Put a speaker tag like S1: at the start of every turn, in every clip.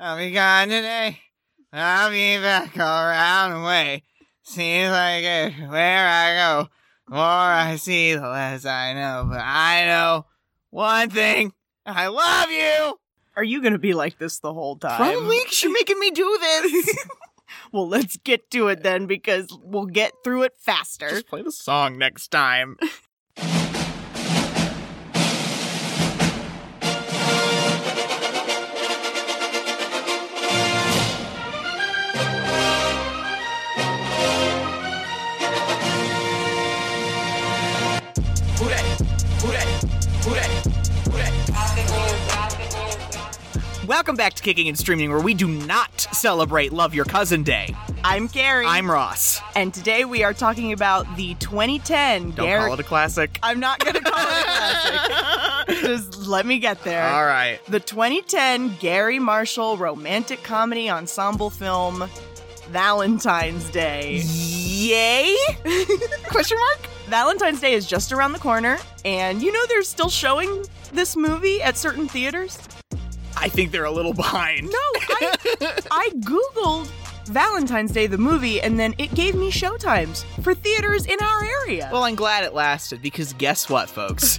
S1: I'll be gone today. I'll be back all round the way. Seems like everywhere I go, the more I see, the less I know. But I know one thing: I love you.
S2: Are you gonna be like this the whole time?
S1: Probably you're making me do this.
S2: Well, let's get to it then because we'll get through it faster.
S1: Just play the song next time.
S3: Welcome back to Kicking and Streaming, where we do not celebrate Love Your Cousin Day.
S2: I'm Gary.
S3: I'm Ross.
S2: and today we are talking about the 2010
S3: Don't
S2: Gary.
S3: call it a classic.
S2: I'm not gonna call it a classic. Just let me get there.
S3: All right.
S2: The 2010 Gary Marshall romantic comedy ensemble film Valentine's Day.
S3: Yay? Question mark?
S2: Valentine's Day is just around the corner, and you know they're still showing this movie at certain theaters?
S3: I think they're a little behind.
S2: No, I, I Googled Valentine's Day, the movie, and then it gave me showtimes for theaters in our area.
S3: Well, I'm glad it lasted because guess what, folks?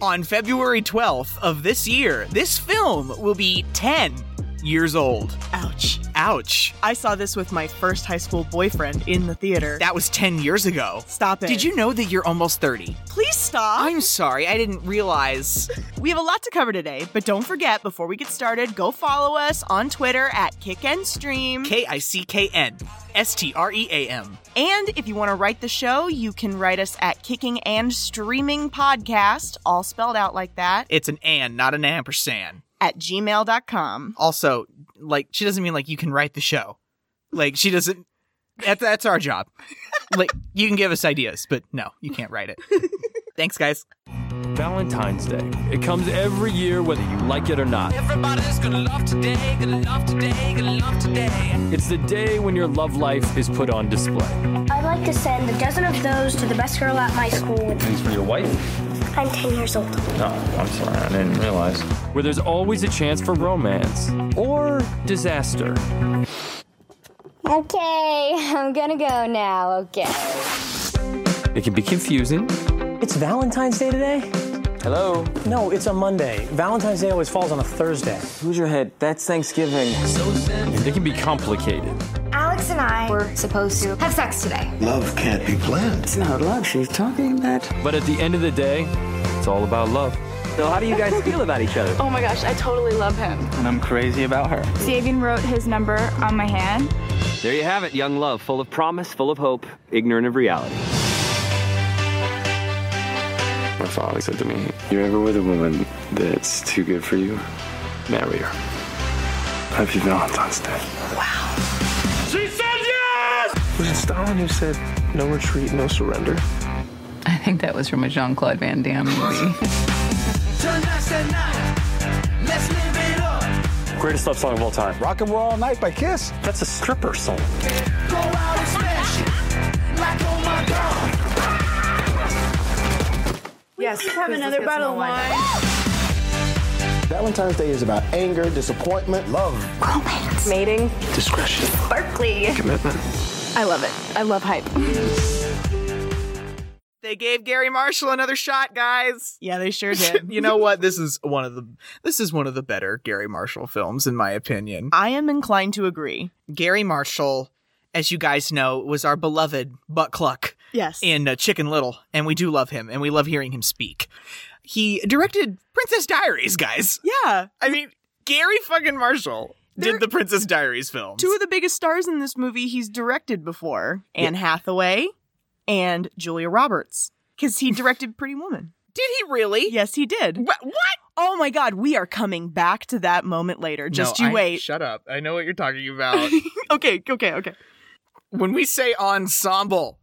S3: On February 12th of this year, this film will be 10 years old.
S2: ouch.
S3: Ouch.
S2: I saw this with my first high school boyfriend in the theater.
S3: That was 10 years ago.
S2: Stop it.
S3: Did you know that you're almost 30?
S2: please stop?
S3: I'm sorry, I didn't realize.
S2: We have a lot to cover today, but don't forget, before we get started, go follow us on Twitter at Kick and Stream.
S3: K I C K N S T R E A M.
S2: and if you want to write the show, you can write us at Kicking and Streaming Podcast, all spelled out like that,
S3: It's an and, not an ampersand.
S2: at gmail.com.
S3: Also, like, she doesn't mean like you can write the show. Like, she doesn't. That's, that's our job. Like, you can give us ideas, but no, you can't write it. Thanks, guys.
S4: Valentine's Day. It comes every year whether you like it or not.
S5: Everybody's gonna love today, gonna love today, gonna love today.
S4: It's the day when your love life is put on display.
S6: I'd like to send a dozen of those to the best girl at my school.
S7: These for your wife?
S6: I'm 10 years old.
S7: No, I'm sorry, I didn't realize.
S4: Where there's always a chance for romance or disaster.
S8: Okay, I'm gonna go now, okay.
S4: It can be confusing.
S9: It's Valentine's Day today?
S7: Hello?
S9: No, it's a Monday. Valentine's Day always falls on a Thursday.
S7: Who's your head? That's Thanksgiving.
S4: It can be complicated.
S8: Alex and I were supposed to have sex today.
S10: Love can't be planned. It's not love she's talking about.
S4: But at the end of the day, it's all about love.
S7: So, how do you guys feel about each other?
S11: Oh my gosh, I totally love him.
S10: And I'm crazy about her.
S8: Sabian wrote his number on my hand.
S5: There you have it, young love, full of promise, full of hope, ignorant of reality.
S7: My father said to me, You're ever with a woman that's too good for you, marry her. Happy Valentine's Day.
S4: She said yes!
S7: Was it Stalin who said, No retreat, no surrender?
S11: I think that was from a Jean Claude Van Damme movie.
S4: Greatest love song of all time. Rock and Roll All Night by Kiss. That's a stripper song.
S2: Yes, have another bottle of wine.
S10: Valentine's Day is about anger, disappointment, love.
S8: Mating.
S7: Discretion.
S8: Berkeley.
S7: Commitment.
S8: I love it. I love hype.
S3: They gave Gary Marshall another shot, guys.
S2: Yeah, they sure did.
S3: you know what? This is one of the this is one of the better Gary Marshall films in my opinion.
S2: I am inclined to agree.
S3: Gary Marshall, as you guys know, was our beloved Butt Cluck
S2: Yes.
S3: in uh, Chicken Little, and we do love him and we love hearing him speak. He directed Princess Diaries, guys.
S2: yeah.
S3: I mean, Gary fucking Marshall
S2: There-
S3: did the Princess Diaries films.
S2: Two of the biggest stars in this movie he's directed before Anne Hathaway and Julia Roberts. Because he directed Pretty Woman.
S3: did he really?
S2: Yes, he did.
S3: What? what?
S2: Oh my God, we are coming back to that moment later. Just
S3: No,
S2: you
S3: I-
S2: wait.
S3: Shut up. I know what you're talking about.
S2: okay, okay, okay.
S3: when we say ensemble,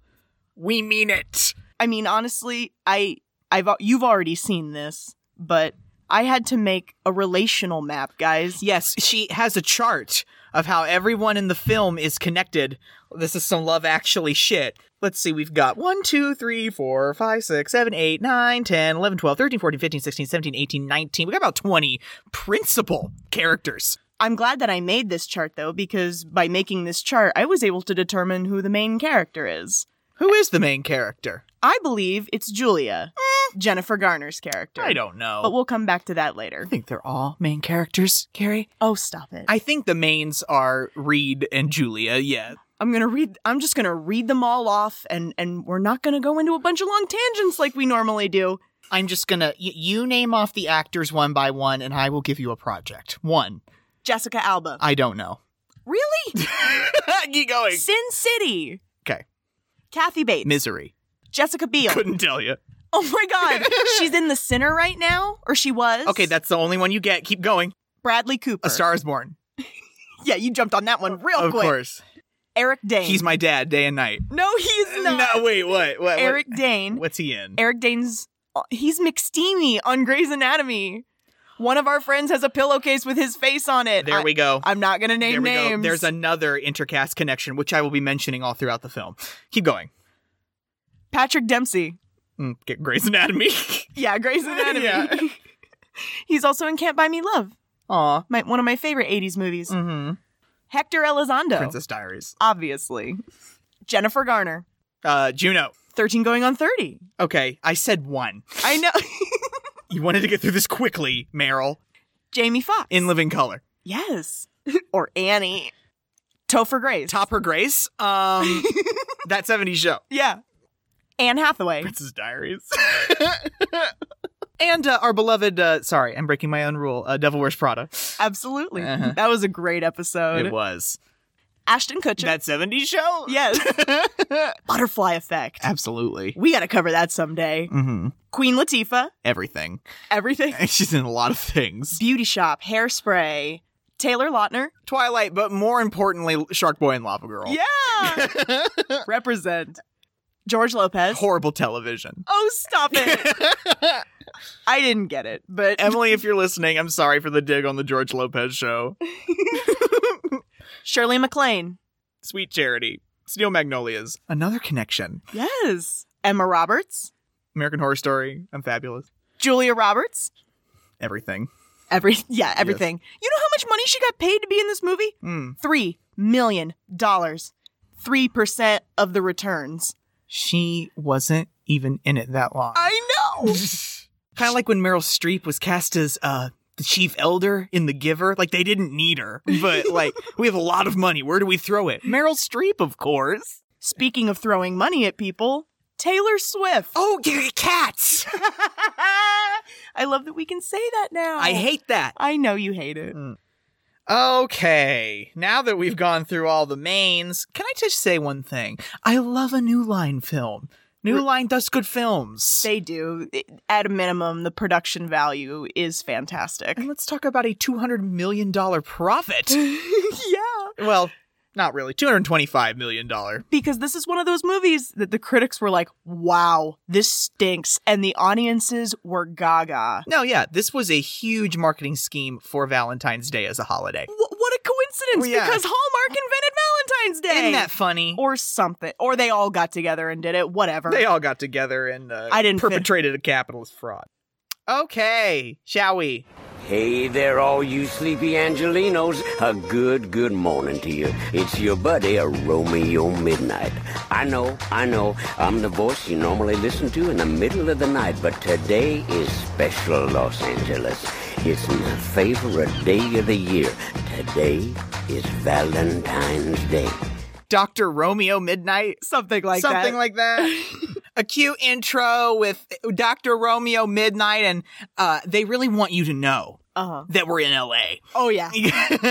S3: we mean it.
S2: I mean, honestly, I, I've, you've already seen this, but I had to make a relational map, guys.
S3: Yes, she has a chart of how everyone in the film is connected. This is some love actually shit. Let's see, we've got 1, 2, 3, 4, 5, 6, 7, 8, 9, 10, 11, 12, 13, 14, 15, 16, 17, 18, 19. We got about 20 principal characters.
S2: I'm glad that I made this chart though, because by making this chart, I was able to determine who the main character is.
S3: Who is the main character?
S2: I believe it's Julia, Jennifer Garner's character.
S3: I don't know.
S2: But we'll come back to that later.
S3: I think they're all main characters, Carrie.
S2: Oh, stop it.
S3: I think the mains are Reed and Julia, yeah.
S2: I'm gonna read. I'm just gonna read them all off, and and we're not gonna go into a bunch of long tangents like we normally do.
S3: I'm just gonna, y- you name off the actors one by one, and I will give you a project. One,
S2: Jessica Alba.
S3: I don't know.
S2: really?
S3: Keep going.
S2: Sin City.
S3: Okay.
S2: Kathy Bates.
S3: Misery.
S2: Jessica Biel.
S3: Couldn't tell you.
S2: Oh my God. She's in The Sinner right now, or she was.
S3: Okay, that's the only one you get. Keep going.
S2: Bradley Cooper.
S3: A Star is Born.
S2: Yeah, you jumped on that one real
S3: Of
S2: quick.
S3: course.
S2: Eric Dane.
S3: He's my dad, day and night.
S2: No, he's not.
S3: No, wait, what? what- what
S2: Eric Dane.
S3: What's he in?
S2: Eric Dane's. He's McSteamy on Grey's Anatomy. One of our friends has a pillowcase with his face on it.
S3: There
S2: I-
S3: we go.
S2: I'm not gonna
S3: there
S2: name
S3: we
S2: names.
S3: go. There's another intercast connection, which I will be mentioning all throughout the film. Keep going.
S2: Patrick Dempsey.
S3: Mm, Get Grey's Anatomy.
S2: Yeah, Grey's Anatomy.
S3: Yeah.
S2: He's also in Can't Buy Me Love. Aw, my, one of my favorite 80s movies.
S3: mm-hmm.
S2: Hector Elizondo,
S3: Princess Diaries.
S2: obviously. Jennifer Garner,
S3: Uh, Juno.
S2: 13 going on 30.
S3: Okay, I said one.
S2: I know.
S3: You wanted to get through this quickly, Meryl.
S2: Jamie Foxx.
S3: In Living Color.
S2: yes. or Annie. Topher Grace.
S3: Topper Grace. Um, that 70s show.
S2: Yeah. Anne Hathaway.
S3: Princess Diaries. and uh, our beloved, uh, sorry, I'm breaking my own rule, uh, Devil Wears Prada.
S2: Absolutely. That was a great episode.
S3: Uh-huh. It was.
S2: Ashton Kutcher.
S3: That 70s show?
S2: yes. Butterfly Effect.
S3: Absolutely.
S2: We got to cover that someday.
S3: Mm-hmm.
S2: Queen Latifah.
S3: Everything.
S2: Everything.
S3: She's in a lot of things.
S2: Beauty Shop. Hairspray. Taylor Lautner.
S3: Twilight, but more importantly, Shark Boy and Lava Girl.
S2: Yeah. Represent. George Lopez.
S3: Horrible television.
S2: oh, stop it. I didn't get it, but
S3: Emily, if you're listening, I'm sorry for the dig on the George Lopez show.
S2: Shirley MacLaine.
S3: Sweet Charity. Steel Magnolias. Another connection.
S2: Yes. Emma Roberts.
S3: American Horror Story. I'm fabulous.
S2: Julia Roberts.
S3: Everything.
S2: Every yeah, everything. You know how much money she got paid to be in this movie?
S3: Mm.
S2: Three million dollars. Three percent of the returns.
S3: She wasn't even in it that long.
S2: I know.
S3: kind of like when Meryl Streep was cast as uh the chief elder in The Giver. Like they didn't need her, but like we have a lot of money. Where do we throw it? Meryl Streep, of course.
S2: Speaking of throwing money at people, Taylor Swift.
S3: Oh, yeah, cats!
S2: I love that we can say that now.
S3: I hate Hmm. that.
S2: I know you hate it.
S3: Okay, now that we've gone through all the mains, can I just say one thing? I love a New Line film. New Line does good films.
S2: They do. At a minimum, the production value is fantastic.
S3: and let's talk about a $200 million profit.
S2: yeah.
S3: well, not really. $225 million.
S2: because this is one of those movies that the critics were like, wow, this stinks. And the audiences were gaga.
S3: No, yeah, this was a huge marketing scheme for Valentine's Day as a holiday.
S2: Wh- what a coincidence
S3: Well, Oh, yeah.
S2: because Hallmark invented Valentine's Day.
S3: Isn't that funny?
S2: or something. Or they all got together and did it. Whatever.
S3: they all got together and uh,
S2: I didn't fit-
S3: perpetrated a capitalist fraud. Okay, shall we?
S12: Hey there, all you sleepy Angelinos. A good, good morning to you. It's your buddy, a Romeo Midnight. I know, I know, I'm the voice you normally listen to in the middle of the night, but today is special Los Angeles. It's my favorite day of the year. Today is Valentine's Day.
S3: Dr. Romeo Midnight?
S2: something like that.
S3: Something like that. a cute intro with Dr. Romeo Midnight, and uh, they really want you to know
S2: Uh-huh.
S3: that we're in LA.
S2: Oh, yeah.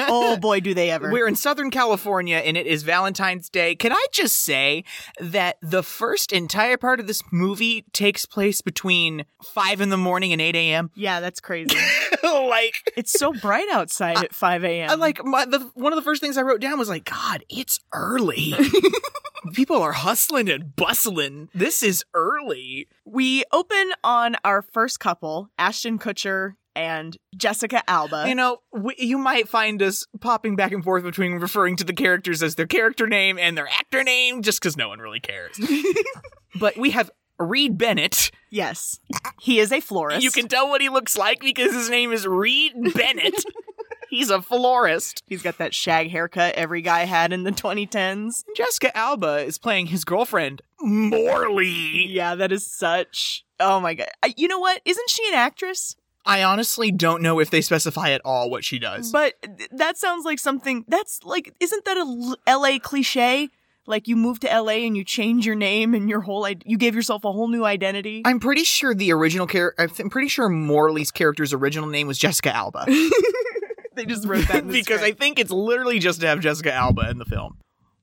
S2: oh, boy, do they ever.
S3: We're in Southern California and it is Valentine's Day. Can I just say that the first entire part of this movie takes place between 5 in the morning and 8 a.m.?
S2: yeah, that's crazy.
S3: like,
S2: it's so bright outside at 5 a.m.
S3: I like my, the, one of the first things I wrote down was like, God, it's early. People are hustling and bustling. This is early.
S2: We open on our first couple, Ashton Kutcher and Jessica Alba.
S3: You know, we, you might find us popping back and forth between referring to the characters as their character name and their actor name just because no one really cares. but we have Reed Bennett.
S2: yes. He is a florist.
S3: You can tell what he looks like because his name is Reed Bennett.
S2: He's a florist. He's got that shag haircut every guy had in the 2010s.
S3: Jessica Alba is playing his girlfriend.
S2: Morley. Yeah, that is such. Oh my god. I, you know what? Isn't she an actress?
S3: I honestly don't know if they specify at all what she does.
S2: But th- that sounds like something. That's like, isn't that a L- L.A. cliche? Like you move to L.A. and you change your name and your whole I- you gave yourself a whole new identity.
S3: I'm pretty sure the original character. I'm pretty sure Morley's character's original name was Jessica Alba
S2: they just wrote that in the
S3: because I
S2: script.
S3: think it's literally just to have Jessica Alba in the film.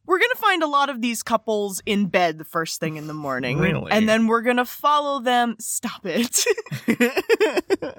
S2: we're gonna find a lot of these couples in bed the first thing in the morning,
S3: Really?
S2: and then we're gonna follow them. Stop it.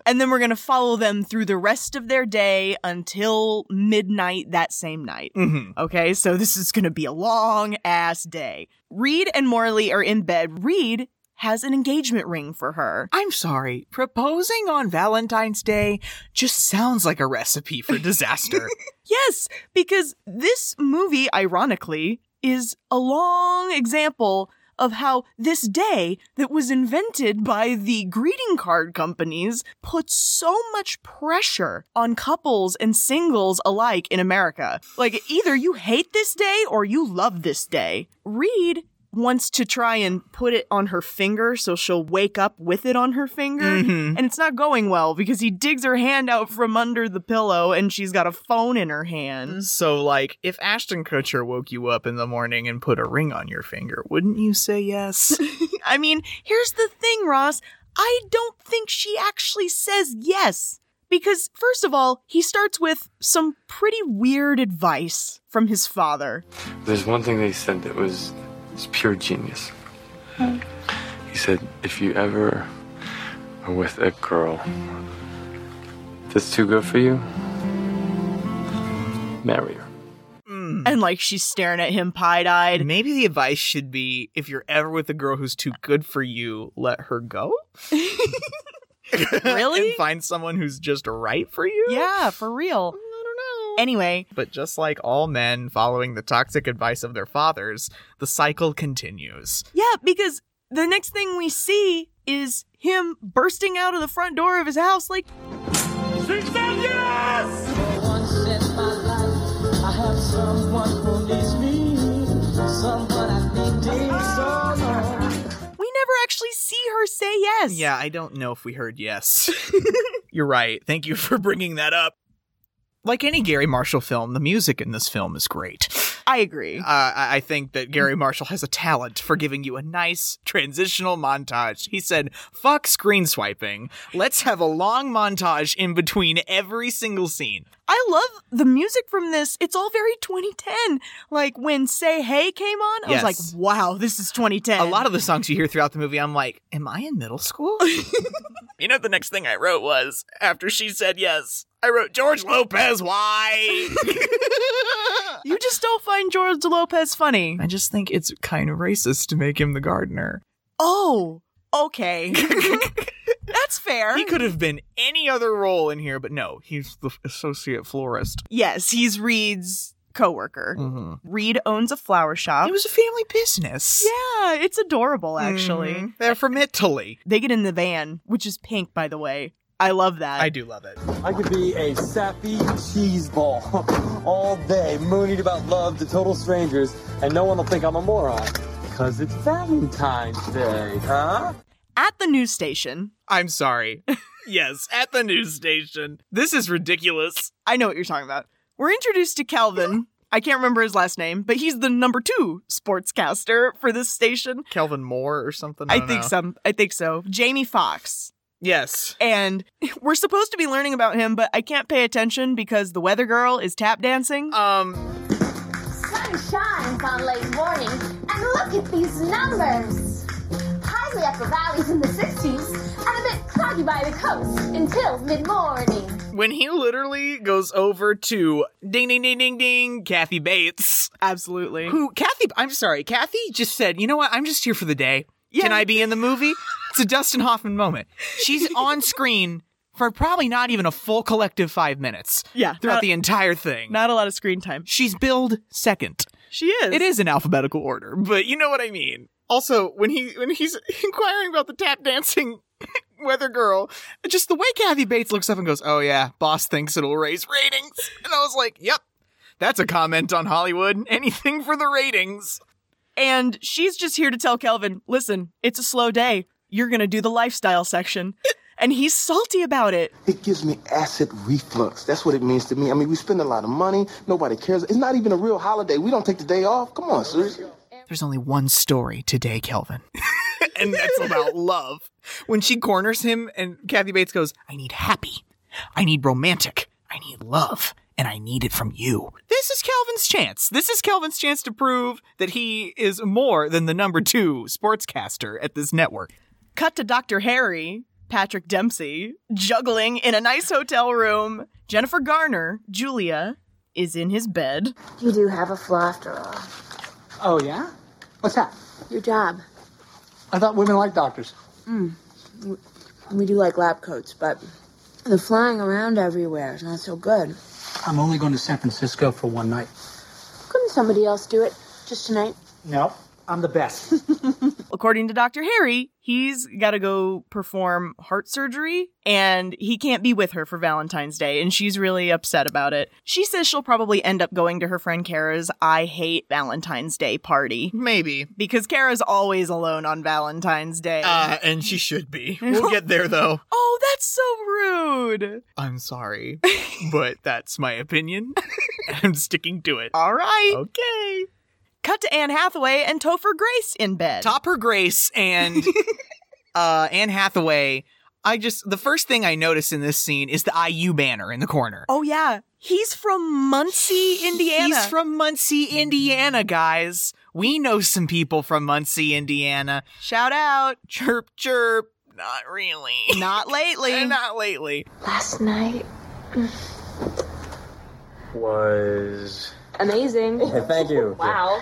S2: and then we're gonna follow them through the rest of their day until midnight that same night.
S3: Mm-hmm.
S2: Okay, so this is going to be a long ass day. Reed and Morley are in bed. Reed has an engagement ring for her.
S3: I'm sorry. Proposing on Valentine's Day just sounds like a recipe for disaster.
S2: Yes, because this movie, ironically, is a long example of how this day that was invented by the greeting card companies puts so much pressure on couples and singles alike in America. Like, either you hate this day or you love this day. Reed wants to try and put it on her finger so she'll wake up with it on her finger and it's not going well because he digs her hand out from under the pillow and she's got a phone in her hand
S3: so, like, if Ashton Kutcher woke you up in the morning and put a ring on your finger, wouldn't you say yes?
S2: i mean here's the thing ross i don't think she actually says yes because first of all he starts with some pretty weird advice from his father
S7: There's one thing they said that was, was pure genius. He said, if you ever are with a girl that's too good for you, marry her.
S2: and like she's staring at him pied-eyed
S3: Maybe the advice should be if you're ever with a girl who's too good for you, let her go.
S2: Really?
S3: and find someone who's just right for you.
S2: yeah for real i don't know anyway
S3: But just like all men following the toxic advice of their fathers, the cycle continues.
S2: Yeah, because the next thing we see is him bursting out of the front door of his house like we never actually see her say yes.
S3: Yeah, I don't know if we heard yes. You're right. Thank you for bringing that up. Like any Gary Marshall film, the music in this film is great.
S2: I agree.
S3: Uh, I I think that Gary Marshall has a talent for giving you a nice transitional montage. He said, fuck screen swiping. Let's have a long montage in between every single scene.
S2: I love the music from this. It's all very 2010. Like when Say Hey came on, I
S3: Yes.
S2: was like, wow, this is 2010.
S3: A lot of the songs you hear throughout the movie, I'm like, am I in middle school? you know, the next thing I wrote was after she said yes, I wrote George Lopez, why?
S2: you just don't find George Lopez funny.
S3: I just think it's kind of racist to make him the gardener.
S2: Oh, okay. That's fair.
S3: He could have been any other role in here, but no, he's the associate florist.
S2: yes, he's Reed's coworker.
S3: Mm-hmm.
S2: Reed owns a flower shop.
S3: It was a family business.
S2: yeah, it's adorable actually.
S3: Mhm. They're from Italy.
S2: They get in the van, which is pink, by the way. I love that.
S3: I do love it.
S4: I could be a sappy cheese ball all day, mooning about love to total strangers, and no one will think I'm a moron. Because it's Valentine's Day, huh?
S2: At the news station,
S3: I'm sorry. yes, at the news station. This is ridiculous.
S2: I know what you're talking about. We're introduced to Calvin. I can't remember his last name, but he's the number two sportscaster for this station.
S3: Kelvin Moore or something?
S2: I,
S3: don't
S2: think
S3: know.
S2: so. I think so. Jamie Fox.
S3: Yes.
S2: And we're supposed to be learning about him, but I can't pay attention because the weather girl is tap dancing.
S3: Um,
S6: Sun shines on late morning, and look at these numbers. Highly upper valleys in the 60s, and a bit cloudy by the coast until mid-morning.
S3: when he literally goes oh, over to ding ding ding ding ding Kathy Bates,
S2: Absolutely.
S3: who Kathy, I'm sorry, Kathy just said, you know what? I'm just here for the day. Can I be in the movie? It's a Dustin Hoffman moment. She's on screen for probably not even a full collective five minutes.
S2: Yeah,
S3: Throughout
S2: not-
S3: the entire thing.
S2: Not a lot of screen time.
S3: She's billed second.
S2: She is.
S3: It is in alphabetical order, but you know what I mean. Also, when he when he's inquiring about the tap dancing weather girl. Just the way Kathy Bates looks up and goes, "Oh yeah, boss thinks it'll raise ratings," and I was like, "Yep, that's a comment on Hollywood. Anything for the ratings."
S2: And she's just here to tell Kelvin, listen, it's a slow day. You're going to do the lifestyle section. and he's salty about it.
S8: It gives me acid reflux. That's what it means to me. I mean, we spend a lot of money. Nobody cares. It's not even a real holiday. We don't take the day off. Come on, seriously.
S3: There's only one story today, Kelvin. and that's about love. When she corners him and Kathy Bates goes, I need happy. I need romantic. I need love. And I need it from you. This is Calvin's chance. This is Calvin's chance to prove that he is more than the number two sportscaster at this network.
S2: Cut to Dr. Harry, Patrick Dempsey, juggling in a nice hotel room. Jennifer Garner, Julia, is in his bed.
S6: You do have a flaw after all.
S4: Oh, yeah? What's that?
S6: Your job.
S4: I thought women like doctors.
S6: Mm. We- We do like lab coats, but the flying around everywhere is not so good.
S4: I'm only going to San Francisco for one night.
S6: Couldn't somebody else do it just tonight?
S4: No, I'm the best.
S2: According to Dr. Harry, he's got to go perform heart surgery and he can't be with her for Valentine's Day, and she's really upset about it. She says she'll probably end up going to her friend Kara's I Hate Valentine's Day party.
S3: Maybe.
S2: Because Kara's always alone on Valentine's Day.
S3: Uh, and she should be. We'll get there though.
S2: Oh, that's so rude.
S3: I'm sorry, but that's my opinion. I'm sticking to it.
S2: All right.
S3: Oh. Okay.
S2: Cut to Anne Hathaway and Topher Grace in bed.
S3: Topper Grace and uh, Anne Hathaway. I just the first thing I notice in this scene is the IU banner in the corner.
S2: Oh yeah, he's from Muncie, Indiana.
S3: He's from Muncie, Indiana, guys. We know some people from Muncie, Indiana.
S2: Shout out.
S3: Chirp chirp. Not really.
S2: Not lately.
S3: Not lately.
S6: Last night.
S4: Was.
S6: Amazing.
S4: Yeah, thank you.
S6: wow.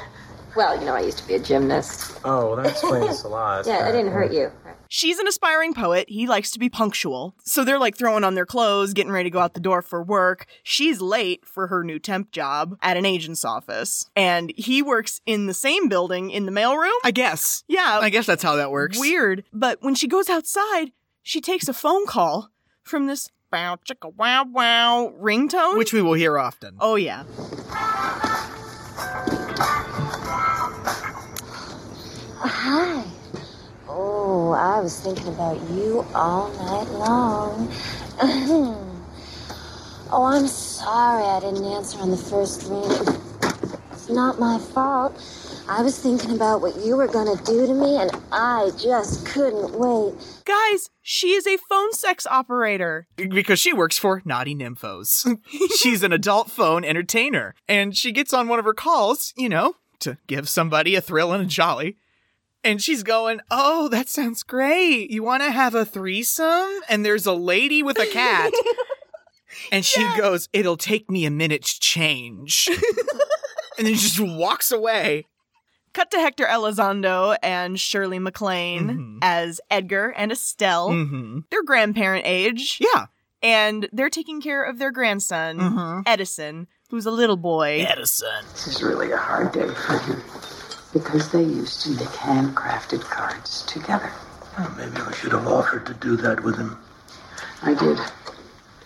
S6: Well, you know, I used to be a gymnast.
S4: Oh, well, that explains a lot.
S6: yeah, it didn't hurt you.
S2: She's an aspiring poet. He likes to be punctual. So they're like throwing on their clothes, getting ready to go out the door for work. She's late for her new temp job at an agent's office. And he works in the same building in the mailroom.
S3: I guess.
S2: Yeah.
S3: I guess that's how that works.
S2: Weird. But when she goes outside, she takes a phone call from this bow chicka wow wow ringtone.
S3: Which we will hear often.
S2: Oh, yeah.
S6: Hi. Oh, I was thinking about you all night long. oh, I'm sorry I didn't answer on the first ring. It's not my fault. I was thinking about what you were gonna do to me, and I just couldn't wait.
S2: Guys, she is a phone sex operator.
S3: because she works for Naughty Nymphos. She's an adult phone entertainer, and she gets on one of her calls, you know, to give somebody a thrill and a jolly. And she's going, Oh, that sounds great. You want to have a threesome? And there's a lady with a cat. and she goes, It'll take me a minute to change. and then just walks away.
S2: Cut to Hector Elizondo and Shirley MacLaine
S3: Mm-hmm.
S2: as Edgar and Estelle.
S3: Mhm.
S2: They're grandparent age,
S3: Yeah.
S2: and they're taking care of their grandson, Edison, who's a little boy.
S3: Edison.
S13: This is really a hard day for him because they used to make handcrafted cards together.
S14: Maybe I should have offered to do that with him.
S13: I did,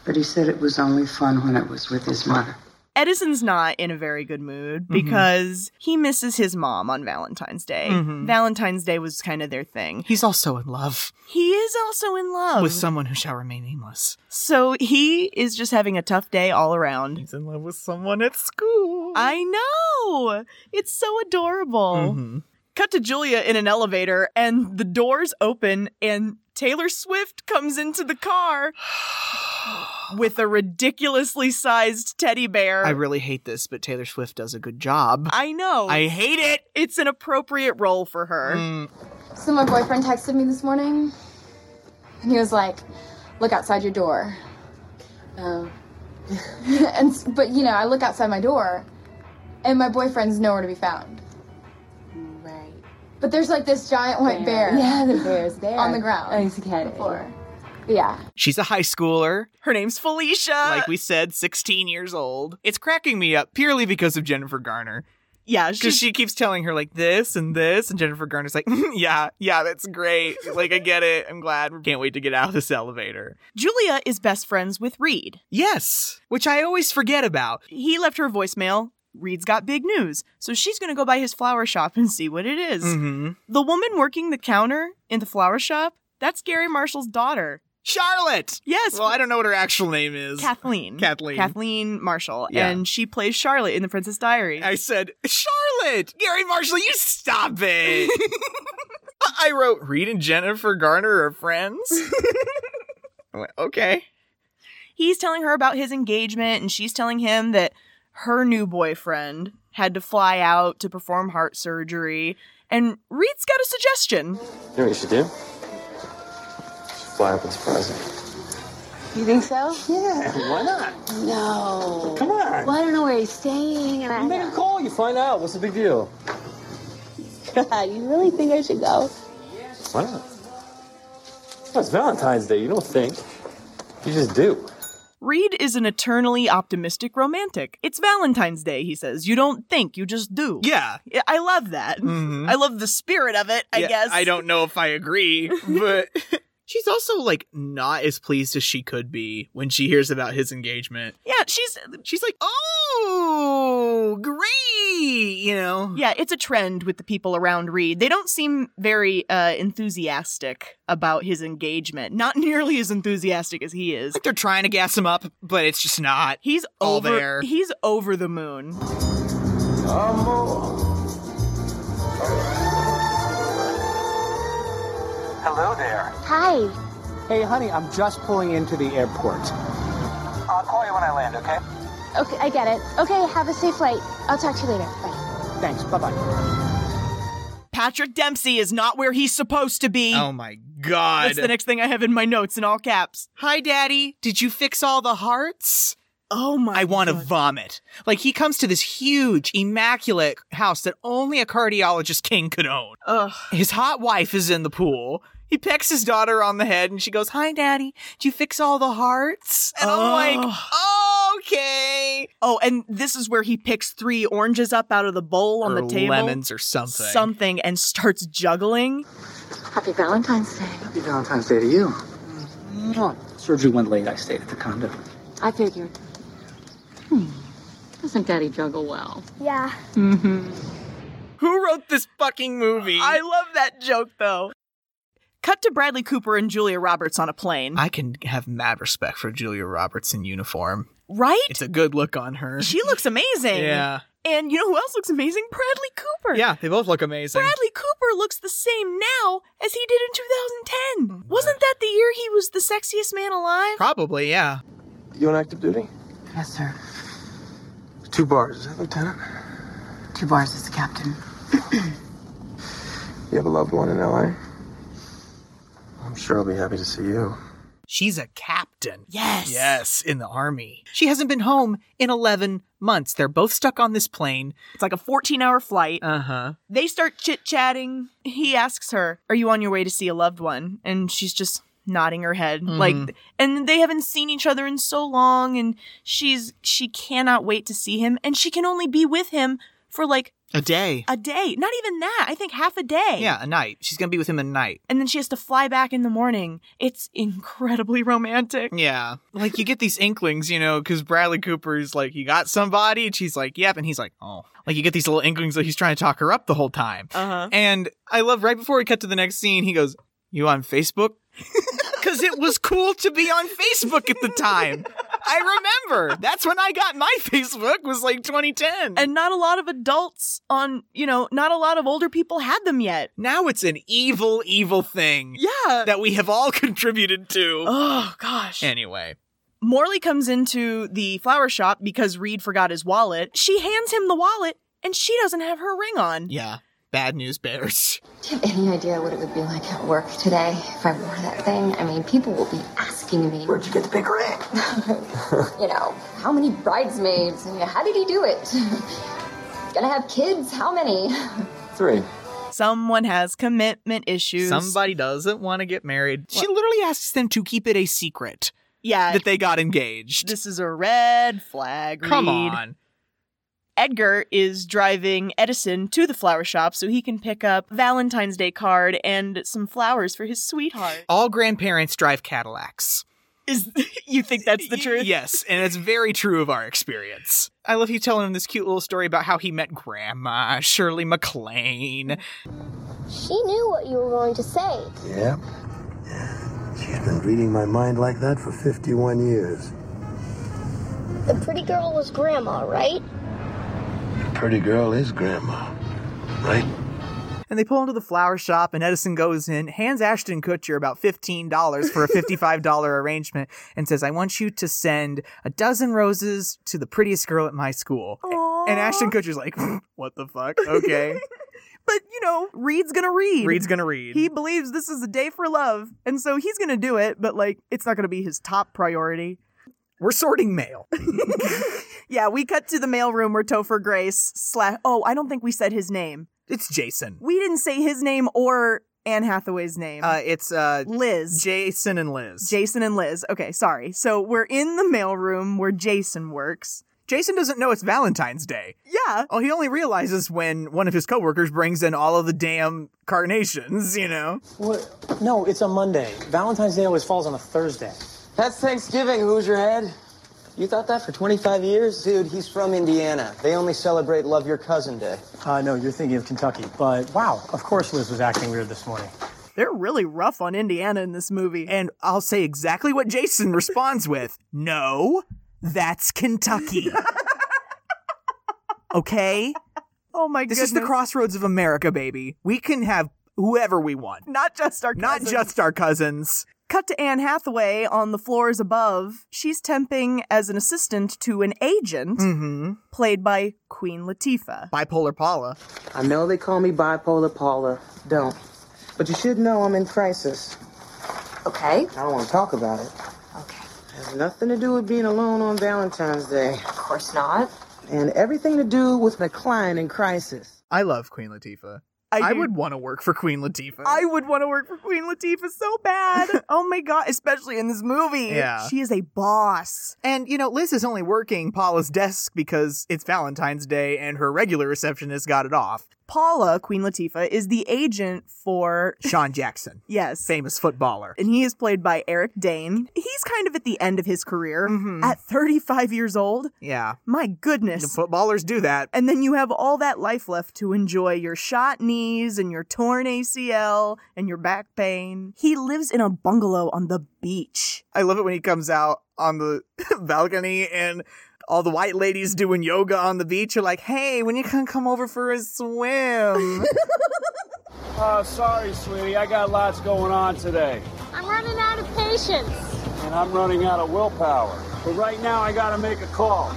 S13: but he said it was only fun when it was with his mother.
S2: Edison's not in a very good mood because he misses his mom on Valentine's Day.
S3: Mhm.
S2: Valentine's Day was kind of their thing.
S3: He's also in love
S2: He is also in love
S3: with someone who shall remain nameless.
S2: So he is just having a tough day all around.
S3: He's in love with someone at school.
S2: I know. It's so adorable.
S3: Mhm.
S2: Cut to Julia in an elevator, and the doors open, and Taylor Swift comes into the car with a ridiculously sized teddy bear.
S3: I really hate this, but Taylor Swift does a good job.
S2: I know.
S3: I hate it. Mm.
S2: it's an appropriate role for her.
S5: So my boyfriend texted me this morning, and he was like, "Look outside your door." Oh. and s- but you know, I look outside my door, and my boyfriend's nowhere to be found.
S6: Right.
S5: But there's like this giant white bear.
S6: Yeah, the bear's there. Oh,
S5: on the ground.
S6: I used to get it.
S5: Floor. Yeah.
S3: She's a high schooler,
S2: Her name's Felicia.
S3: like we said, 16 years old. It's cracking me up purely because of Jennifer Garner.
S2: Yeah,
S3: because she keeps telling her like this and this, and Jennifer Garner's like, yeah, yeah, that's great. Like I get it. I'm glad. Can't wait to get out of this elevator.
S2: Julia is best friends with Reed.
S3: Yes, which I always forget about.
S2: He left her voicemail. Reed's got big news, so she's going to go by his flower shop and see what it is.
S3: Mhm.
S2: The woman working the counter in the flower shop, that's Gary Marshall's daughter.
S3: Charlotte.
S2: Yes.
S3: Well, I don't know what her actual name is.
S2: Kathleen.
S3: Kathleen.
S2: Kathleen Marshall.
S3: Yeah.
S2: And she plays Charlotte in The Princess Diary.
S3: I said, Charlotte! Gary Marshall, you stop it! I wrote, Reed and Jennifer Garner are friends? I went, okay.
S2: He's telling her about his engagement, and she's telling him that her new boyfriend had to fly out to perform heart surgery. And Reed's got a suggestion.
S4: You know what you should do? You should fly up and surprise him.
S11: You think so?
S4: Yeah, why not?
S11: No.
S4: Come on.
S11: Well, I don't know where he's staying, and I.
S4: You make a call, you find out. What's the big deal?
S11: God, you really think I should go?
S4: Why not? Well, it's Valentine's Day. You don't think. You just do.
S2: Reed is an eternally optimistic romantic. It's Valentine's Day, he says. You don't think, you just do.
S3: Yeah.
S2: I- I love that.
S3: Mhm.
S2: I love the spirit of it, I
S3: Yeah,
S2: guess.
S3: I don't know if I agree, but she's also like not as pleased as she could be when she hears about his engagement.
S2: Yeah, she's
S3: she's like, "Oh, great," you know.
S2: Yeah, it's a trend with the people around Reed. They don't seem very uh enthusiastic about his engagement. Not nearly as enthusiastic as he is.
S3: Like they're trying to gas him up, but it's just not.
S2: He's
S3: all
S2: over
S3: there.
S2: he's over the moon.
S14: Hello there.
S11: Hi.
S15: Hey, honey, I'm just pulling into the airport.
S14: I'll call you when I land, okay?
S11: Okay, I get it. Okay, have a safe flight. I'll talk to you later. Bye.
S15: Thanks. Bye bye.
S2: Patrick Dempsey is not where he's supposed to be.
S3: Oh my god.
S2: That's the next thing I have in my notes in all caps.
S3: Hi, Daddy. Did you fix all the hearts?
S2: Oh my.
S3: I want to vomit. Like, he comes to this huge, immaculate house that only a cardiologist king could own.
S2: Ugh.
S3: His hot wife is in the pool. He pecks his daughter on the head and she goes, Hi, Daddy. Did you fix all the hearts? And I'm like, Okay.
S2: Oh, and this is where he picks three oranges up out of the bowl on
S3: Or
S2: the table.
S3: lemons or something.
S2: Something and starts juggling.
S11: Happy Valentine's Day.
S15: Happy Valentine's Day to you.
S13: Oh,
S15: Surgery went late. I stayed at the condo.
S11: I figured. Hmm. Doesn't Daddy juggle well?
S6: Yeah.
S11: Mm-hmm.
S3: Who wrote this fucking movie?
S2: I love that joke though. Cut to Bradley Cooper and Julia Roberts on a plane.
S3: I can have mad respect for Julia Roberts in uniform.
S2: right?
S3: It's a good look on her.
S2: She looks amazing.
S3: Yeah.
S2: And you know who else looks amazing? Bradley Cooper.
S3: Yeah, they both look amazing.
S2: Bradley Cooper looks the same now as he did in 2010. Wasn't that the year he was the sexiest man alive?
S3: Probably, yeah.
S14: You on active duty?
S13: Yes, sir.
S14: Two bars, is that Lieutenant?
S13: Two bars as the captain.
S14: You have a loved one in LA? I'm sure I'll be happy to see you.
S3: She's a captain.
S2: Yes.
S3: Yes, in the army. She hasn't been home in 11 months. They're both stuck on this plane.
S2: It's like a 14 hour flight.
S3: Uh huh.
S2: They start chit chatting. He asks her, Are you on your way to see a loved one? And she's just nodding her head. Like, and they haven't seen each other in so long. And she's, she cannot wait to see him. And she can only be with him for like
S3: A day.
S2: a day. Not even that. I think half a day.
S3: Yeah, a night. She's going to be with him a night.
S2: And then she has to fly back in the morning. It's incredibly romantic.
S3: Yeah. Like you get these inklings, you know, because Bradley Cooper is like, You got somebody? And she's like, Yep. And he's like, Oh. Like you get these little inklings that he's trying to talk her up the whole time.
S2: Uh-huh.
S3: And I love right before we cut to the next scene, he goes, You on Facebook? Because it was cool to be on Facebook at the time. I remember. That's when I got my Facebook, was like 2010.
S2: And not a lot of adults on, you know, not a lot of older people had them yet.
S3: now it's an evil, evil thing
S2: Yeah.
S3: that we have all contributed to.
S2: oh, gosh.
S3: Anyway.
S2: Morley comes into the flower shop because Reed forgot his wallet. She hands him the wallet and she doesn't have her ring on.
S3: Yeah. Bad news bears.
S6: Do you have any idea what it would be like at work today if I wore that thing? I mean, people will be asking me,
S14: Where'd you get the big ring?
S6: you know, how many bridesmaids? And how did he do it? Gonna have kids? How many?
S4: Three.
S2: Someone has commitment issues.
S3: Somebody doesn't want to get married. She literally asks them to keep it a secret
S2: Yeah.
S3: that they got engaged.
S2: This is a red flag.
S3: Come
S2: Reed.
S3: on.
S2: Edgar is driving Edison to the flower shop so he can pick up Valentine's Day card and some flowers for his sweetheart.
S3: All grandparents drive Cadillacs.
S2: Is you think that's the truth?
S3: Yes, and it's very true of our experience. I love you telling him this cute little story about how he met Grandma Shirley MacLaine.
S6: She knew what you were going to say.
S16: Yeah. She's been reading my mind like that for 51 years.
S6: The pretty girl was Grandma, right?
S16: Pretty girl is grandma, right?
S3: And they pull into the flower shop, and Edison goes in, hands Ashton Kutcher about $15 for a $55 arrangement, and says, I want you to send a dozen roses to the prettiest girl at my school. And Ashton Kutcher's like, What the fuck? Okay.
S2: But you know, Reed's gonna read.
S3: Reed's gonna read.
S2: He believes this is a day for love, and so he's gonna do it. But like, it's not gonna be his top priority.
S3: We're sorting mail.
S2: Yeah, we cut to the mailroom where Topher Grace slash. Oh, I don't think we said his name.
S3: It's Jason.
S2: We didn't say his name or Anne Hathaway's name.
S3: Uh, it's uh,
S2: Liz.
S3: Jason and Liz.
S2: Jason and Liz. Okay, sorry. So we're in the mailroom where Jason works.
S3: Jason doesn't know it's Valentine's Day.
S2: Yeah.
S3: Oh, he only realizes when one of his coworkers brings in all of the damn carnations, you know?
S17: What? No, it's a Monday. Valentine's Day always falls on a Thursday.
S4: That's Thanksgiving, Hoosier Head. You thought that for 25 years?
S9: Dude, he's from Indiana. They only celebrate Love Your Cousin Day.
S17: Uh, no, you're thinking of Kentucky. But wow, of course Liz was acting weird this morning.
S2: They're really rough on Indiana in this movie.
S3: And I'll say exactly what Jason responds with No, that's Kentucky. okay?
S2: Oh my
S3: This
S2: goodness.
S3: is the crossroads of America, baby. We can have whoever we want,
S2: Not just our
S3: not
S2: cousins.
S3: just our cousins.
S2: Cut to Anne Hathaway on the floors above. She's temping as an assistant to an agent
S3: Mm-hmm.
S2: played by Queen Latifah.
S3: Bipolar Paula.
S18: I know they call me bipolar Paula. Don't. But you should know I'm in crisis. Okay. I don't want to talk about it. Okay. has nothing to do with being alone on Valentine's Day. Of course not. And everything to do with my client in crisis.
S3: I love Queen Latifah.
S2: I
S3: I,
S2: do-
S3: would want to work for Queen Latifah.
S2: I would want to work for Queen Latifah so bad. oh my god, especially in this movie.
S3: Yeah.
S2: She is a boss.
S3: and you know, Liz is only working Paula's desk because it's Valentine's Day and her regular receptionist got it off.
S2: Paula, Queen Latifah, is the agent for
S3: Sean Jackson,
S2: Yes.
S3: famous footballer.
S2: And he is played by Eric Dane. He's kind of at the end of his career.
S3: Mhm.
S2: At 35 years old.
S3: Yeah.
S2: My
S3: The
S2: goodness.
S3: footballers do that.
S2: And then you have all that life left to enjoy your shot knees and your torn ACL and your back pain. He lives in a bungalow on the beach.
S3: I love it when he comes out on the balcony and all the white ladies doing yoga on the beach are like, hey, when you can come over for a swim?
S4: Oh, sorry, sweetie. I got lots going on today.
S6: I'm running out of patience.
S4: And I'm running out of willpower. But right now, I gotta make a call.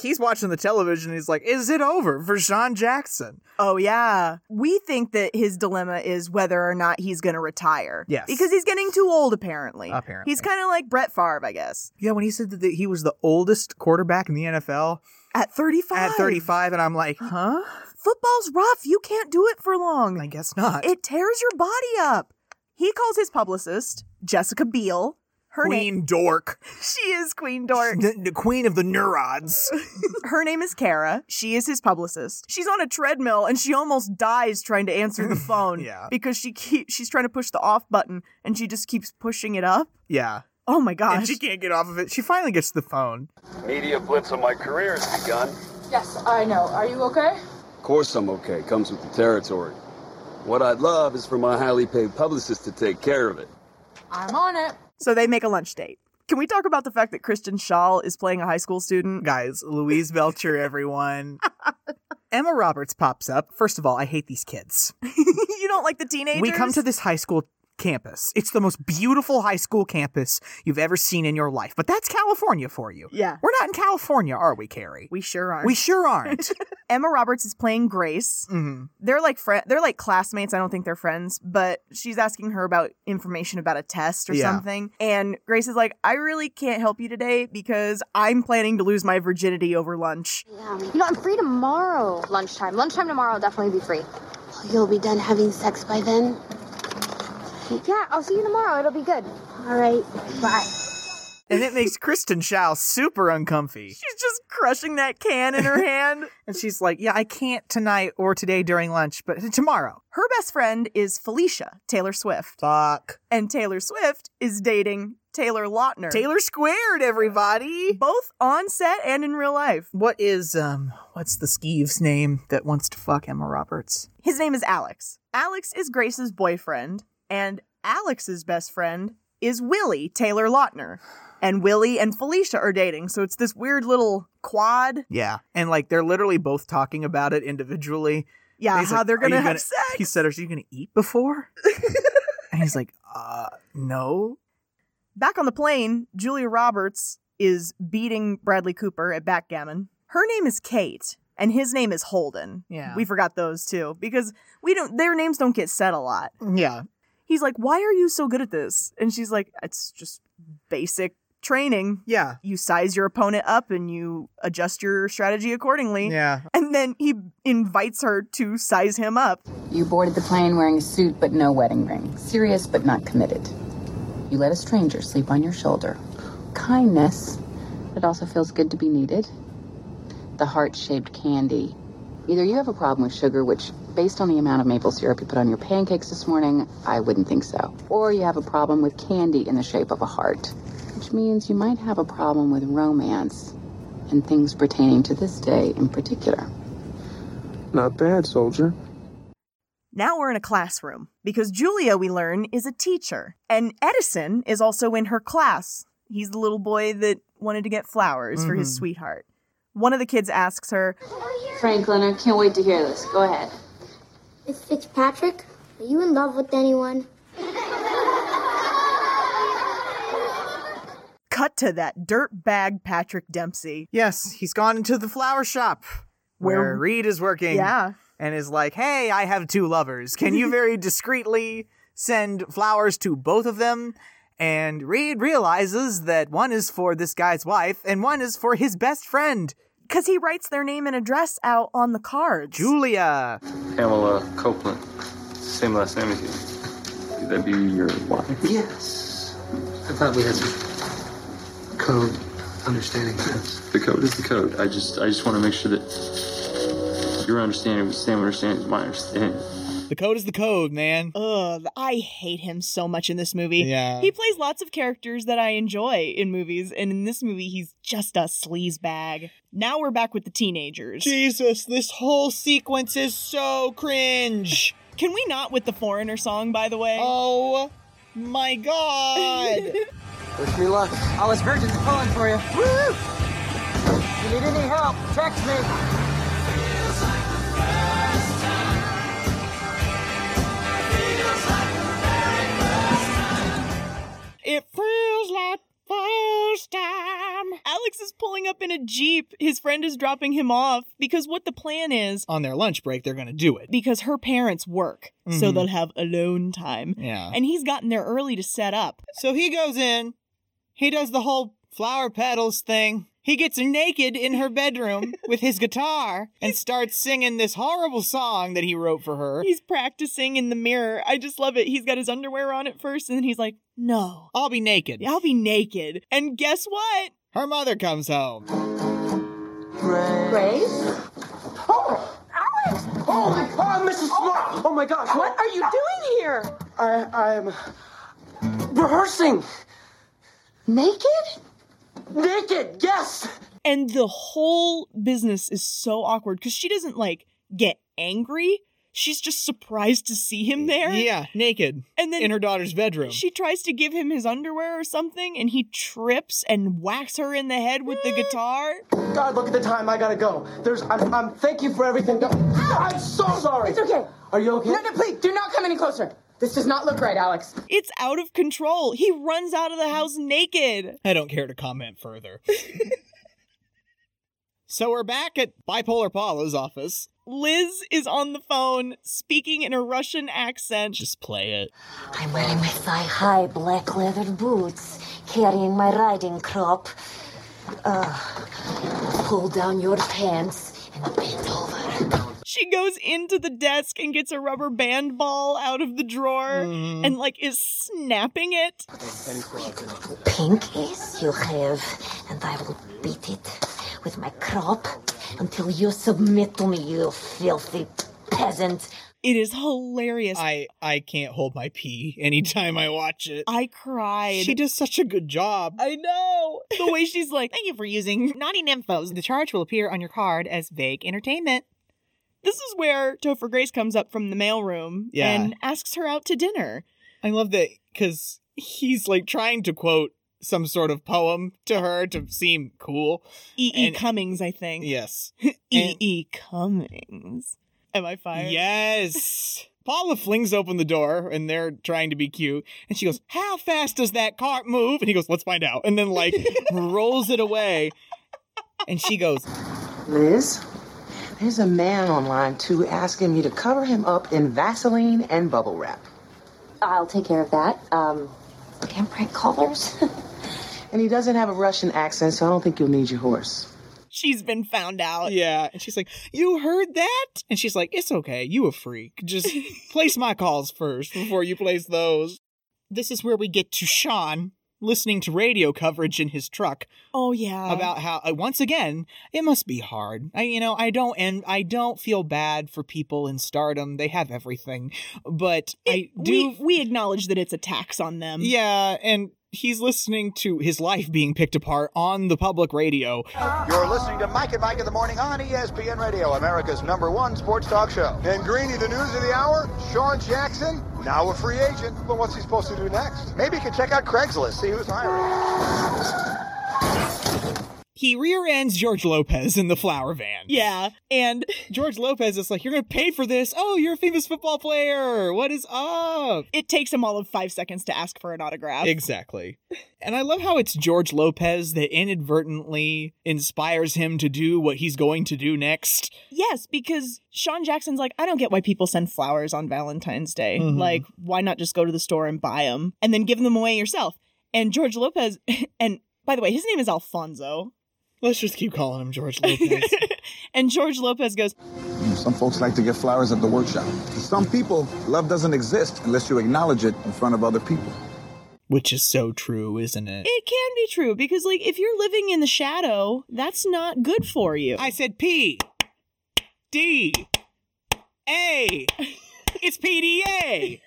S3: he's watching the television and he's like, is it over for Sean Jackson?
S2: Oh, yeah. We think that his dilemma is whether or not he's going to retire.
S3: Yes.
S2: Because he's getting too old, apparently.
S3: Apparently.
S2: He's kind of like Brett Favre, I guess.
S3: Yeah, when he said that he was the oldest quarterback in the NFL
S2: At 35.
S3: at 35, and I'm like, huh?
S2: Football's rough. You can't do it for long.
S3: I guess not.
S2: It tears your body up. He calls his publicist, Jessica Biel. Her name
S3: Queen Dork,
S2: she is Queen Dork.
S3: the, the queen of the neurons.
S2: Her name is Kara. She is his publicist. She's on a treadmill and she almost dies trying to answer the phone
S3: Yeah.
S2: because she keep she's trying to push the off button and she just keeps pushing it up.
S3: yeah.
S2: Oh my
S3: And
S2: gosh.
S3: she can't get off of it. She finally gets the phone.
S19: Media blitz on my career has begun.
S5: Yes, I know. Are you okay?
S19: Of course I'm okay. Comes with the territory. What I'd love is for my highly paid publicist to take care of it.
S5: I'm on it.
S2: so they make a lunch date. Can we talk about the fact that Kristen Shaw is playing a high school student?
S3: Guys, Louise Belcher, everyone. Emma Roberts pops up. First of all, I hate these kids.
S2: you don't like the teenagers?
S3: We come to this high school campus. It's the most beautiful high school campus you've ever seen in your life. But that's California for you.
S2: Yeah.
S3: We're not in California, are we, Carrie?
S2: We sure aren't.
S3: We sure aren't.
S2: Emma Roberts is playing Grace.
S3: Mhm.
S2: They're like friend. They're like classmates. I don't think they're friends, but she's asking her about information about a test or
S3: Yeah.
S2: something. And Grace is like, "I really can't help you today because I'm planning to lose my virginity over lunch."
S6: You know, I'm free tomorrow. Lunchtime. Lunchtime tomorrow, I'll definitely be free. Oh, You'll be done having sex by then? Yeah, I'll see you tomorrow. It'll be good. All right. Bye.
S3: and it makes Kristen Shaw super uncomfy.
S2: She's just crushing that can in her hand.
S3: And she's like, Yeah, I can't tonight or today during lunch, but tomorrow.
S2: Her best friend is Felicia, Taylor Swift.
S3: Fuck.
S2: And Taylor Swift is dating Taylor Lautner.
S3: Taylor squared, everybody.
S2: Both on set and in real life.
S3: What is um what's the skeeve's name that wants to fuck Emma Roberts?
S2: His name is Alex. Alex is Grace's boyfriend, and Alex's best friend is Willie, Taylor Lautner. And Willie and Felicia are dating, so it's this weird little quad.
S3: Yeah. And like they're literally both talking about it individually.
S2: Yeah,
S3: And he's
S2: how
S3: like,
S2: they're
S3: "Are
S2: gonna
S3: you
S2: have sex."
S3: He said, Are you gonna eat before? and he's like, uh no.
S2: Back on the plane, Julia Roberts is beating Bradley Cooper at backgammon. Her name is Kate, and his name is Holden.
S3: Yeah.
S2: We forgot those two because we don't their names don't get said a lot.
S3: Yeah.
S2: He's like, "Why are you so good at this?" And she's like, "It's just basic training.
S3: Yeah.
S2: You size your opponent up and you adjust your strategy accordingly."
S3: Yeah.
S2: And then he invites her to size him up.
S11: You boarded the plane wearing a suit but no wedding ring. Serious but not committed. You let a stranger sleep on your shoulder. Kindness. It also feels good to be needed. The heart shaped candy. Either you have a problem with sugar, which, based on the amount of maple syrup you put on your pancakes this morning, I wouldn't think so. Or you have a problem with candy in the shape of a heart, which means you might have a problem with romance and things pertaining to this day in particular.
S14: Not bad, soldier.
S2: Now we're in a classroom because Julia, we learn, is a teacher. And Edison is also in her class. He's the little boy that wanted to get flowers for his
S11: Mhm.
S2: sweetheart. One of the kids asks her,
S11: Franklin, I can't wait to hear this. Go ahead.
S1: Miss Fitzpatrick, are you in love with anyone?
S2: cut to that dirtbag Patrick Dempsey.
S3: Yes, he's gone into the flower shop where,
S2: Where-
S3: Reed is working.
S2: Yeah.
S3: And is like, hey, I have two lovers. Can you very discreetly send flowers to both of them? And Reed realizes that one is for this guy's wife and one is for his best friend,
S2: Because he writes their name and address out on the cards.
S3: Julia.
S7: Pamela Copeland. Same last name as you. Could that be your wife?
S14: Yes. I thought we had some code understanding this.
S7: The code is the code. I just I just want to make sure that your understanding is the same understanding as my understanding.
S3: The code is the code, man.
S2: Ugh, I hate him so much in this movie.
S3: Yeah.
S2: He plays lots of characters that I enjoy in movies, and in this movie, he's just a sleaze bag. Now we're back with the teenagers.
S3: Jesus, this whole sequence is so cringe.
S2: Can we not with the foreigner song, by the way?
S3: Oh my god!
S9: Wish me luck. All us virgins are pulling for you. Woo! If you need any help, text me.
S2: It feels like first time. Alex is pulling up in a Jeep. His friend is dropping him off because what the plan is
S3: On their lunch break, they're gonna do it.
S2: because her parents work, so
S9: Mm-hmm.
S3: Mhm.
S2: they'll have alone time.
S3: Yeah.
S2: And he's gotten there early to set up.
S3: So he goes in, he does the whole flower petals thing. He gets naked in her bedroom with his guitar and starts singing this horrible song that he wrote for her.
S2: He's practicing in the mirror. I just love it. He's got his underwear on at first, and then he's like, No,
S3: I'll be naked.
S2: I'll be naked. And guess what?
S3: Her mother comes home.
S9: Grace? Oh, Alex! Holy Oh God, Mrs. Smart! Oh my gosh! What are you doing here? I I'm rehearsing.
S2: Naked?
S9: Naked, yes!
S2: And the whole business is so awkward because she doesn't like get angry. She's just surprised to see him there.
S3: Yeah, naked.
S2: And then
S3: in her daughter's bedroom.
S2: She tries to give him his underwear or something, and he trips and whacks her in the head with
S3: Mm.
S2: the guitar.
S9: God, look at the time. I gotta go. There's I'm, I'm thank you for everything. No, I'm so sorry.
S11: It's okay.
S9: Are you okay?
S11: No, no, please, do not come any closer. This does not look right, Alex.
S2: It's out of control. He runs out of the house naked.
S3: I don't care to comment further. so we're back at Bipolar Paula's office.
S2: Liz is on the phone speaking in a Russian accent.
S3: Just play it.
S1: I'm wearing my thigh-high black leather boots, carrying my riding crop. Uh, pull down your pants and bend over.
S2: She goes into the desk and gets a rubber band ball out of the drawer
S3: Mm-hmm.
S1: Mhm.
S2: and like is snapping it.
S1: Pinkies you have, and I will beat it with my crop until you submit to me, you filthy peasant.
S2: It is hilarious.
S3: I I can't hold my pee anytime I watch it.
S2: I cried.
S3: She does such a good job.
S2: I know. The way she's like,
S20: Thank you for using Naughty Nymphos. The charge will appear on your card as vague entertainment.
S2: this is where Topher Grace comes up from the mailroom
S3: Yeah.
S2: and asks her out to dinner.
S3: I love that because he's like trying to quote some sort of poem to her to seem cool.
S2: E. E.
S3: And-
S2: Cummings, I think.
S3: Yes.
S2: E. E. Cummings. Am I fired?
S3: Yes. Paula flings open the door and they're trying to be cute. And she goes, How fast does that cart move? And he goes, Let's find out. And then, like, rolls it away. And she goes,
S18: Liz, there's a man online too asking me to cover him up in Vaseline and
S9: Oh,
S18: bubble wrap.
S1: I'll take care of that. Um, damn prank callers.
S18: And he doesn't have a Russian accent, so I don't think you'll need your horse.
S2: She's been found out.
S3: Yeah. And she's like, You heard that? And she's like, It's okay. You a freak. Just place my calls first before you place those. This is where we get to Sean listening to radio coverage in his truck
S2: Oh, yeah.
S3: about how uh, once again it must be hard. I you know I don't and I don't feel bad for people in stardom. They have everything, but I do.
S2: we, mm. we acknowledge that it's a tax on them.
S3: yeah, and he's listening to his life being picked apart on the public radio.
S21: You're listening to Mike and Mike in the Morning on E ESPN Radio, America's number one sports talk show. And Greeny, the news of the hour, Sean Jackson, now a free agent. But what's he supposed to do next? Maybe he can check out Craigslist, see who's hiring.
S3: He rear ends George Lopez in the flower van.
S2: Yeah. And
S3: George Lopez is like, "You're gonna pay for this? Oh, you're a famous football player. What is up?"
S2: it takes him all of five seconds to ask for an autograph.
S3: Exactly. And I love how it's George Lopez that inadvertently inspires him to do what he's going to do next.
S2: Yes, because Sean Jackson's like, I don't get why people send flowers on Valentine's Day.
S3: Mhm.
S2: Like, why not just go to the store and buy them and then give them away yourself? And George Lopez, and by the way, his name is Alfonso.
S3: Let's just keep calling him George Lopez.
S2: and George Lopez goes,
S22: Some folks like to get flowers at the workshop. To some people, love doesn't exist unless you acknowledge it in front of other people.
S3: Which is so true, isn't it?
S2: It can be true because, like, if you're living in the shadow, that's not good for you.
S3: I said P D A. It's PDA.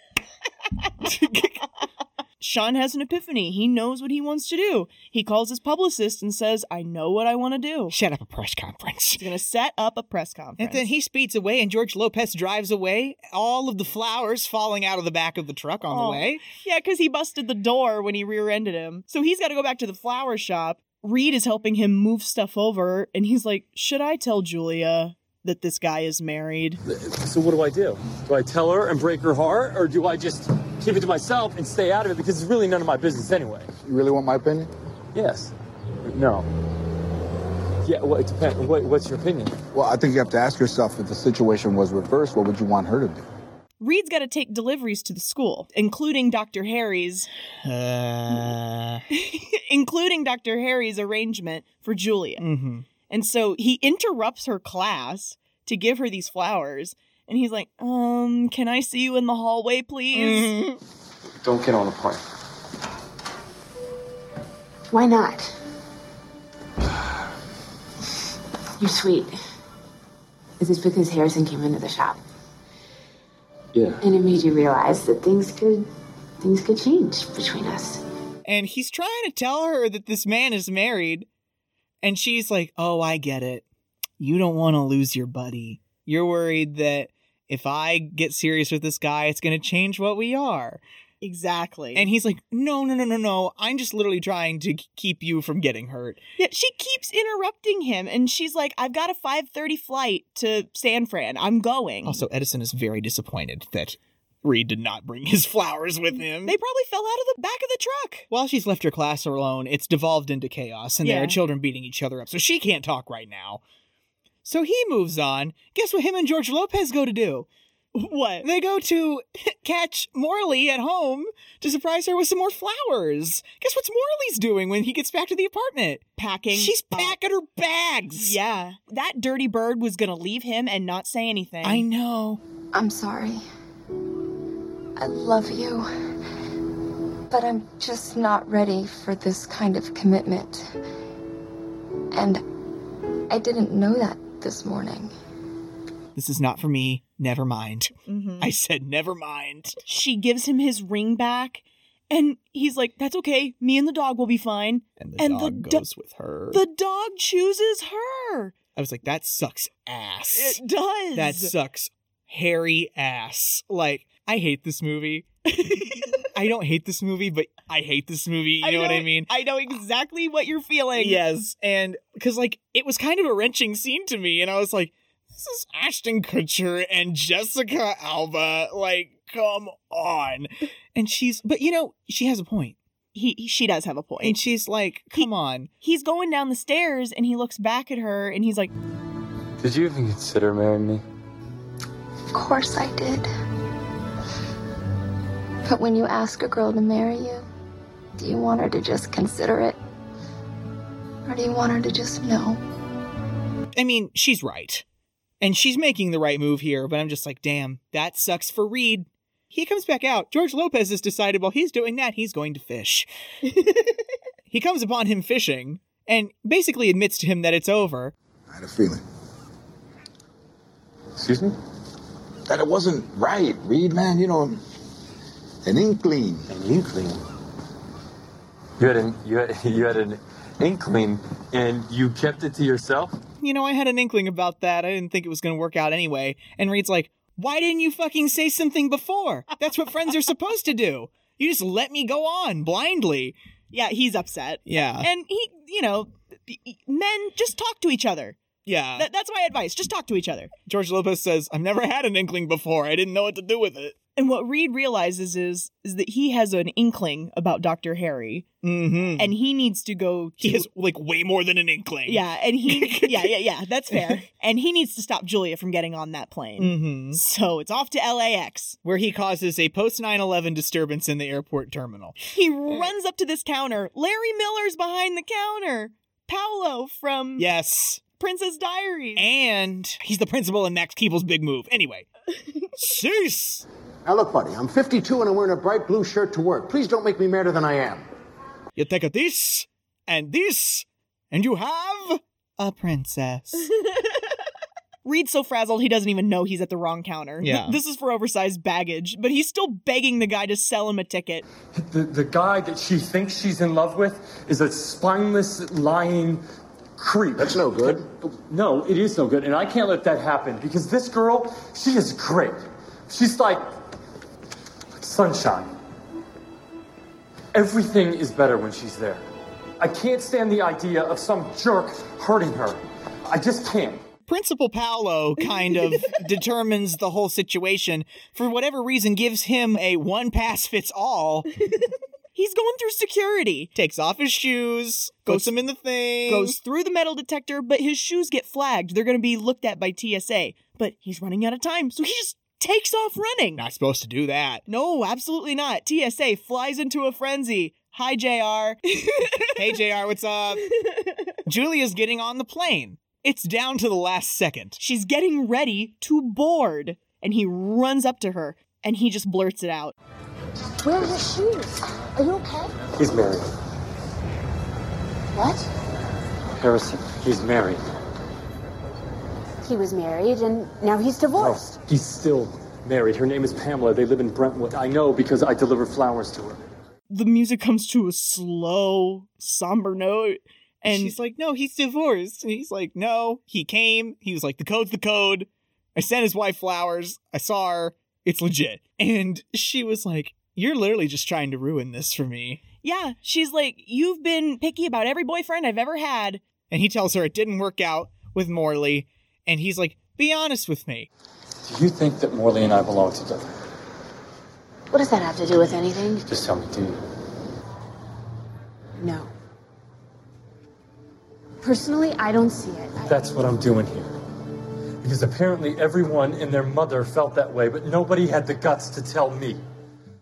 S2: Sean has an epiphany. He knows what he wants to do. He calls his publicist and says, I know what I want to do.
S3: Set up a press conference. He's
S2: going to set up a press conference.
S3: And then he speeds away, and George Lopez drives away, all of the flowers falling out of the back of the truck on
S2: Oh.
S3: the way.
S2: Yeah, because he busted the door when he rear ended him. So he's got to go back to the flower shop. Reed is helping him move stuff over, and he's like, Should I tell Julia that this guy is married?
S4: So what do I do? Do I tell her and break her heart, or do I just keep it to myself and stay out of it because it's really none of my business anyway?
S21: You really want my opinion?
S4: Yes. No. Yeah. Well, it depends. What, what's your opinion?
S22: Well, I think you have to ask yourself if the situation was reversed, what would you want her to do?
S2: Reed's got to take deliveries to the school, including Dr. Harry's,
S3: Uh,
S2: including Dr. Harry's arrangement for Julia.
S3: mm-hmm.
S2: And so he interrupts her class to give her these flowers. And he's like, um, can I see you in the hallway,
S3: Mm-hmm.
S2: please?
S15: Don't get on the plane.
S13: Why not? You're sweet. Is this because Harrison came into the shop?
S21: Yeah.
S13: And it made you realize that things could things could change between us.
S3: And he's trying to tell her that this man is married, and she's like, "Oh, I get it. You don't want to lose your buddy. You're worried that if I get serious with this guy, it's going to change what we are."
S2: Exactly.
S3: And he's like, "No, no, no, no, no. I'm just literally trying to k- keep you from getting hurt."
S2: Yeah, she keeps interrupting him, and she's like, "I've got a five thirty flight to San Fran. I'm going."
S3: Also, Edison is very disappointed that Reed did not bring his flowers with him.
S2: they probably fell out of the back of the truck.
S3: While she's left her class alone, it's devolved into chaos, and there
S2: Yeah.
S3: are children beating each other up, so she can't talk right now. So he moves on. Guess what him and George Lopez go to do?
S2: What?
S23: They go to catch Morley at home to surprise her with some more flowers. Guess what's Morley's doing when he gets back to the apartment?
S2: Packing. Uh,
S23: She's packing her bags.
S2: Yeah. That dirty bird was going to leave him and not say anything.
S23: I know.
S6: I'm sorry. I love you. But I'm just not ready for this kind of commitment. And I didn't know that this morning.
S3: This is not for me. Never mind.
S2: Mhm.
S3: I said never mind.
S2: She gives him his ring back, and he's like, That's okay. Me and the dog will be fine. And
S3: the dog goes with her.
S2: The dog chooses her.
S3: I was like, that sucks ass.
S2: It does.
S3: That sucks hairy ass. Like, I hate this movie. I don't hate this movie, but I hate this movie. You know, what I mean?
S2: I know exactly what you're feeling.
S3: Yes. And because, like, it was kind of a wrenching scene to me. And I was like, this is Ashton Kutcher and Jessica Alba. Like, come on. And she's, but you know, she has a point.
S2: He, he- she does have a point.
S3: And she's like, come on.
S2: He's going down the stairs and he looks back at her and he's like,
S7: Did you even consider marrying me?
S6: Of course I did. But when you ask a girl to marry you, do you want her to just consider it? Or do you want her to just know?
S3: I mean, she's right. And she's making the right move here, but I'm just like, damn, that sucks for Reed. He comes back out. George Lopez has decided while he's doing that, he's going to fish. he comes upon him fishing and basically admits to him that it's over.
S22: I had a feeling.
S7: Excuse me?
S22: That it wasn't right, Reed, man. You know, an inkling. An inkling?
S4: You had an you had, you had an inkling, and you kept it to yourself.
S3: You know, I had an inkling about that. I didn't think it was going to work out anyway. And Reed's like, why didn't you fucking say something before? That's what friends are supposed to do. You just let me go on blindly.
S2: Yeah, he's upset.
S3: Yeah.
S2: And he, you know, men just talk to each other.
S3: Yeah.
S2: That- that's my advice. Just talk to each other.
S3: George Lopez says, I've never had an inkling before. I didn't know what to do with it.
S2: And what Reed realizes is is that he has an inkling about Dr. Harry
S3: Mm-hmm.
S2: and he needs to go to
S3: he has like way more than an inkling.
S2: Yeah, and he Yeah, yeah, yeah, that's fair. and he needs to stop Julia from getting on that plane.
S3: Mm-hmm.
S2: So it's off to LAX.
S3: Where he causes a post 9 11 disturbance in the airport terminal.
S2: He runs up to this counter. Larry Miller's behind the counter. Paolo from
S3: Yes.
S2: Princess Diaries.
S3: And he's the principal in Max Keeble's big move. Anyway. Cease!
S24: Now look, buddy, I'm 52 and I'm wearing a bright blue shirt to work. Please don't make me madder than I am.
S3: You take this and this, and you have a princess.
S2: Reed's so frazzled he doesn't even know he's at the wrong counter. Th-
S4: Yeah.
S2: this is for oversized baggage, but he's still begging the guy to sell him a ticket.
S4: The the guy that she thinks she's in love with is a spineless lying creep. That's no good. No, it is no good, and I can't let that happen because this girl, she is great. She's like like sunshine. Everything is better when she's there. I can't stand the idea of some jerk hurting her. I just can't.
S3: Principal Paolo kind of determines the whole situation. For whatever reason, gives him a one pass fits all.
S2: He's going through security.
S3: Takes off his shoes, puts him in the thing,
S2: Goes through the metal detector, but his shoes get flagged. They're going to be looked at by TSA. But he's running out of time, so he just takes off running.
S3: Not supposed to do that.
S2: No, absolutely not. TSA flies into a frenzy. Hi, JR.
S3: hey, JR, what's up? Julia's getting on the plane. It's down to the last second.
S2: She's getting ready to board, and he runs up to her and he just blurts it out.
S25: Where are your shoes? Are you okay?
S4: He's married.
S25: What?
S4: Harrison, he's married.
S25: He was married and now he's divorced.
S4: He's still married. Her name is Pamela. They live in Brentwood. I know because I deliver flowers to her.
S2: The music comes to a slow, somber note, and
S3: She's like, no, he's divorced. And he's like, no, he came. He was like, the code's the code. I sent his wife flowers. I saw her. It's legit. And she was like, you're literally just trying to ruin this for me.
S2: Yeah, she's like, You've been picky about every boyfriend I've ever had.
S3: And he tells her it didn't work out with Morley. And he's like, be honest with me.
S4: Do you think that Morley and I belong together?
S25: What does that have to do with anything?
S4: Just tell me, do you?
S25: No. Personally, I don't see it.
S4: That's what I'm doing here. Because apparently everyone and their mother felt that way, but nobody had the guts to tell me.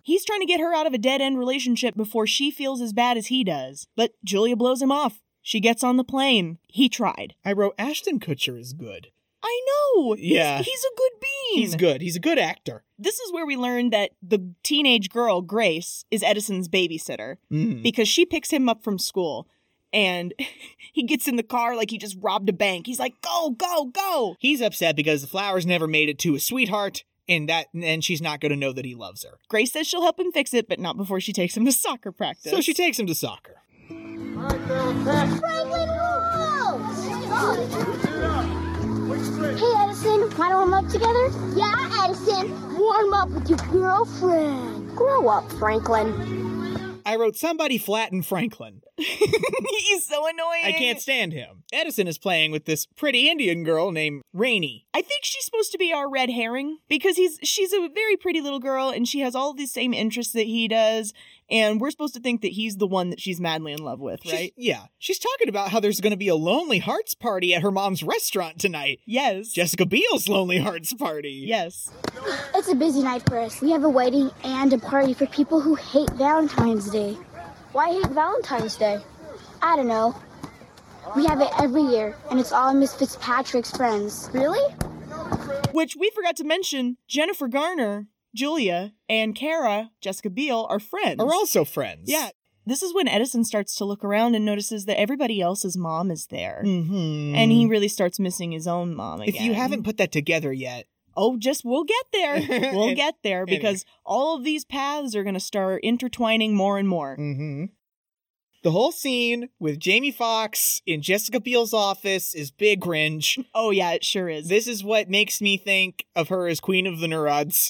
S2: He's trying to get her out of a dead end relationship before she feels as bad as he does, but Julia blows him off. She gets on the plane. He tried.
S3: I wrote Ashton Kutcher is good.
S2: I know. He's-
S3: Yeah.
S2: He's, a good bean.
S3: He's good. He's a good actor.
S2: This is where we learn that the teenage girl, Grace, is Edison's babysitter
S3: Mm.
S2: because she picks him up from school and he gets in the car like he just robbed a bank. He's like, go, go, go.
S3: He's upset because the flowers never made it to his sweetheart, and that and she's not going to know that he loves her.
S2: Grace says she'll help him fix it, but not before she takes him to soccer practice.
S3: So she takes him to soccer.
S6: Franklin rules! Hey, Edison, want to warm up together? Yeah, Edison, warm up with your girlfriend. Grow up, Franklin.
S3: I wrote somebody flatten Franklin.
S2: He's so annoying.
S3: I can't stand him. Edison is playing with this pretty Indian girl named Rainey.
S2: I think she's supposed to be our red herring because he's she's a very pretty little girl and she has all the same interests that he does, and we're supposed to think that he's the one that she's madly in love with,
S3: She's-
S2: right?
S3: yeah. She's talking about how there's going to be a Lonely Hearts party at her mom's restaurant tonight.
S2: Yes.
S3: Jessica Biel's Lonely Hearts party.
S2: Yes.
S6: It's a busy night for us. We have a wedding and a party for people who hate Valentine's Day. Why hate Valentine's Day? I don't know. We have it every year, and it's all Miss Fitzpatrick's friends. Really?
S2: Which we forgot to mention, Jennifer Garner, Julia, and Kara, Jessica Biel, are friends.
S3: Are also friends.
S2: Yeah. This is when Edison starts to look around and notices that everybody else's mom is there.
S3: Mhm.
S2: And he really starts missing his own mom again.
S3: If you haven't put that together yet,
S2: Oh, just we'll get there. We'll
S3: And-
S2: get there
S3: and-
S2: because all of these paths are going to start intertwining more and more.
S3: Mm-hmm. the whole scene with Jamie Foxx in Jessica Biel's office is big cringe.
S2: Oh yeah, it sure is.
S3: This is what makes me think of her as Queen of the Neurites.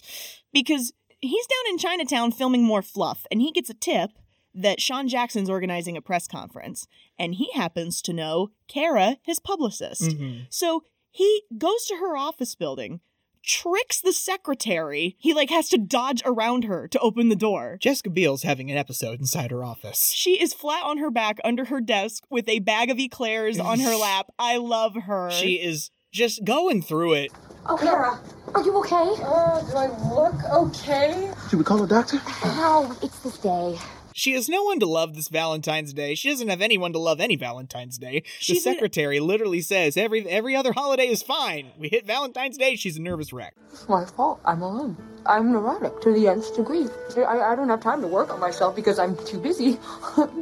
S2: Because he's down in Chinatown filming more fluff, and he gets a tip that Sean Jackson's organizing a press conference, and he happens to know Kara, his publicist.
S3: Mhm.
S2: So he goes to her office building, tricks the secretary. He like has to dodge around her to open the door.
S3: Jessica Biel's having an episode inside her office.
S2: She is flat on her back under her desk with a bag of eclairs on her lap. I love her.
S3: She is just going through it.
S26: Oh, Kara, are you okay? Uh, do I look okay?
S3: Should we call a doctor?
S6: No, it's this day.
S3: She has no one to love this Valentine's Day. She doesn't have anyone to love any Valentine's Day. The
S2: She's in-
S3: secretary literally says every every other holiday is fine. We hit Valentine's Day, she's a nervous wreck.
S11: It's my fault. I'm alone. I'm neurotic to the nth degree. I, I don't have time to work on myself because I'm too busy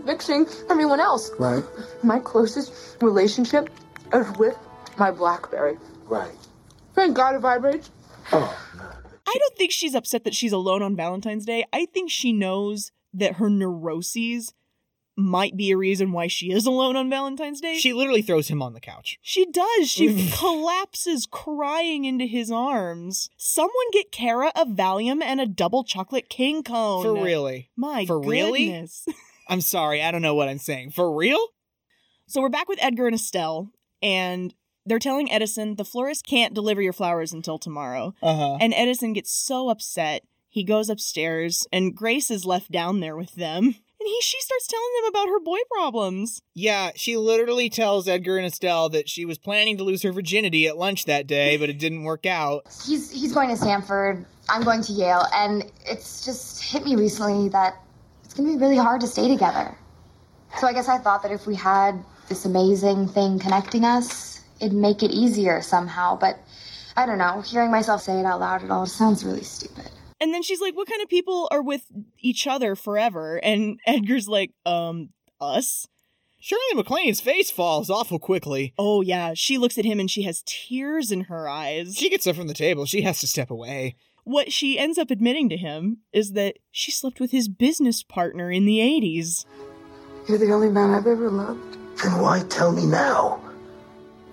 S11: fixing everyone else.
S12: Right?
S11: My closest relationship is with my Blackberry.
S12: Right.
S11: Thank God it vibrates.
S2: I don't think she's upset that she's alone on Valentine's Day. I think she knows that her neuroses might be a reason why she is alone on Valentine's Day.
S3: She literally throws him on the couch.
S2: She does. She collapses crying into his arms. Someone get Kara a Valium and a double chocolate king cone.
S3: For really?
S2: My
S3: For really?
S2: goodness.
S3: I'm sorry, I don't know what I'm saying. For real?
S2: So we're back with Edgar and Estelle, and they're telling Edison the florist can't deliver your flowers until tomorrow.
S3: Uh-huh.
S2: And Edison gets so upset, he goes upstairs, and Grace is left down there with them. And he she starts telling them about her boy problems.
S3: Yeah, she literally tells Edgar and Estelle that she was planning to lose her virginity at lunch that day, but it didn't work out.
S8: He's he's going to Stanford. I'm going to Yale, and it's just hit me recently that it's going to be really hard to stay together. So I guess I thought that if we had this amazing thing connecting us, it'd make it easier somehow. But I don't know. Hearing myself say it out loud, it all sounds really stupid.
S2: And then she's like, What kind of people are with each other forever? And Edgar's like, Um, us?
S3: Shirley MacLaine's face falls awful quickly.
S2: Oh, yeah. She looks at him and she has tears in her eyes.
S3: She gets up from the table. She has to step away.
S2: What she ends up admitting to him is that she slept with his business partner in the 80s.
S11: You're the only man I've ever loved.
S12: Then why tell me now?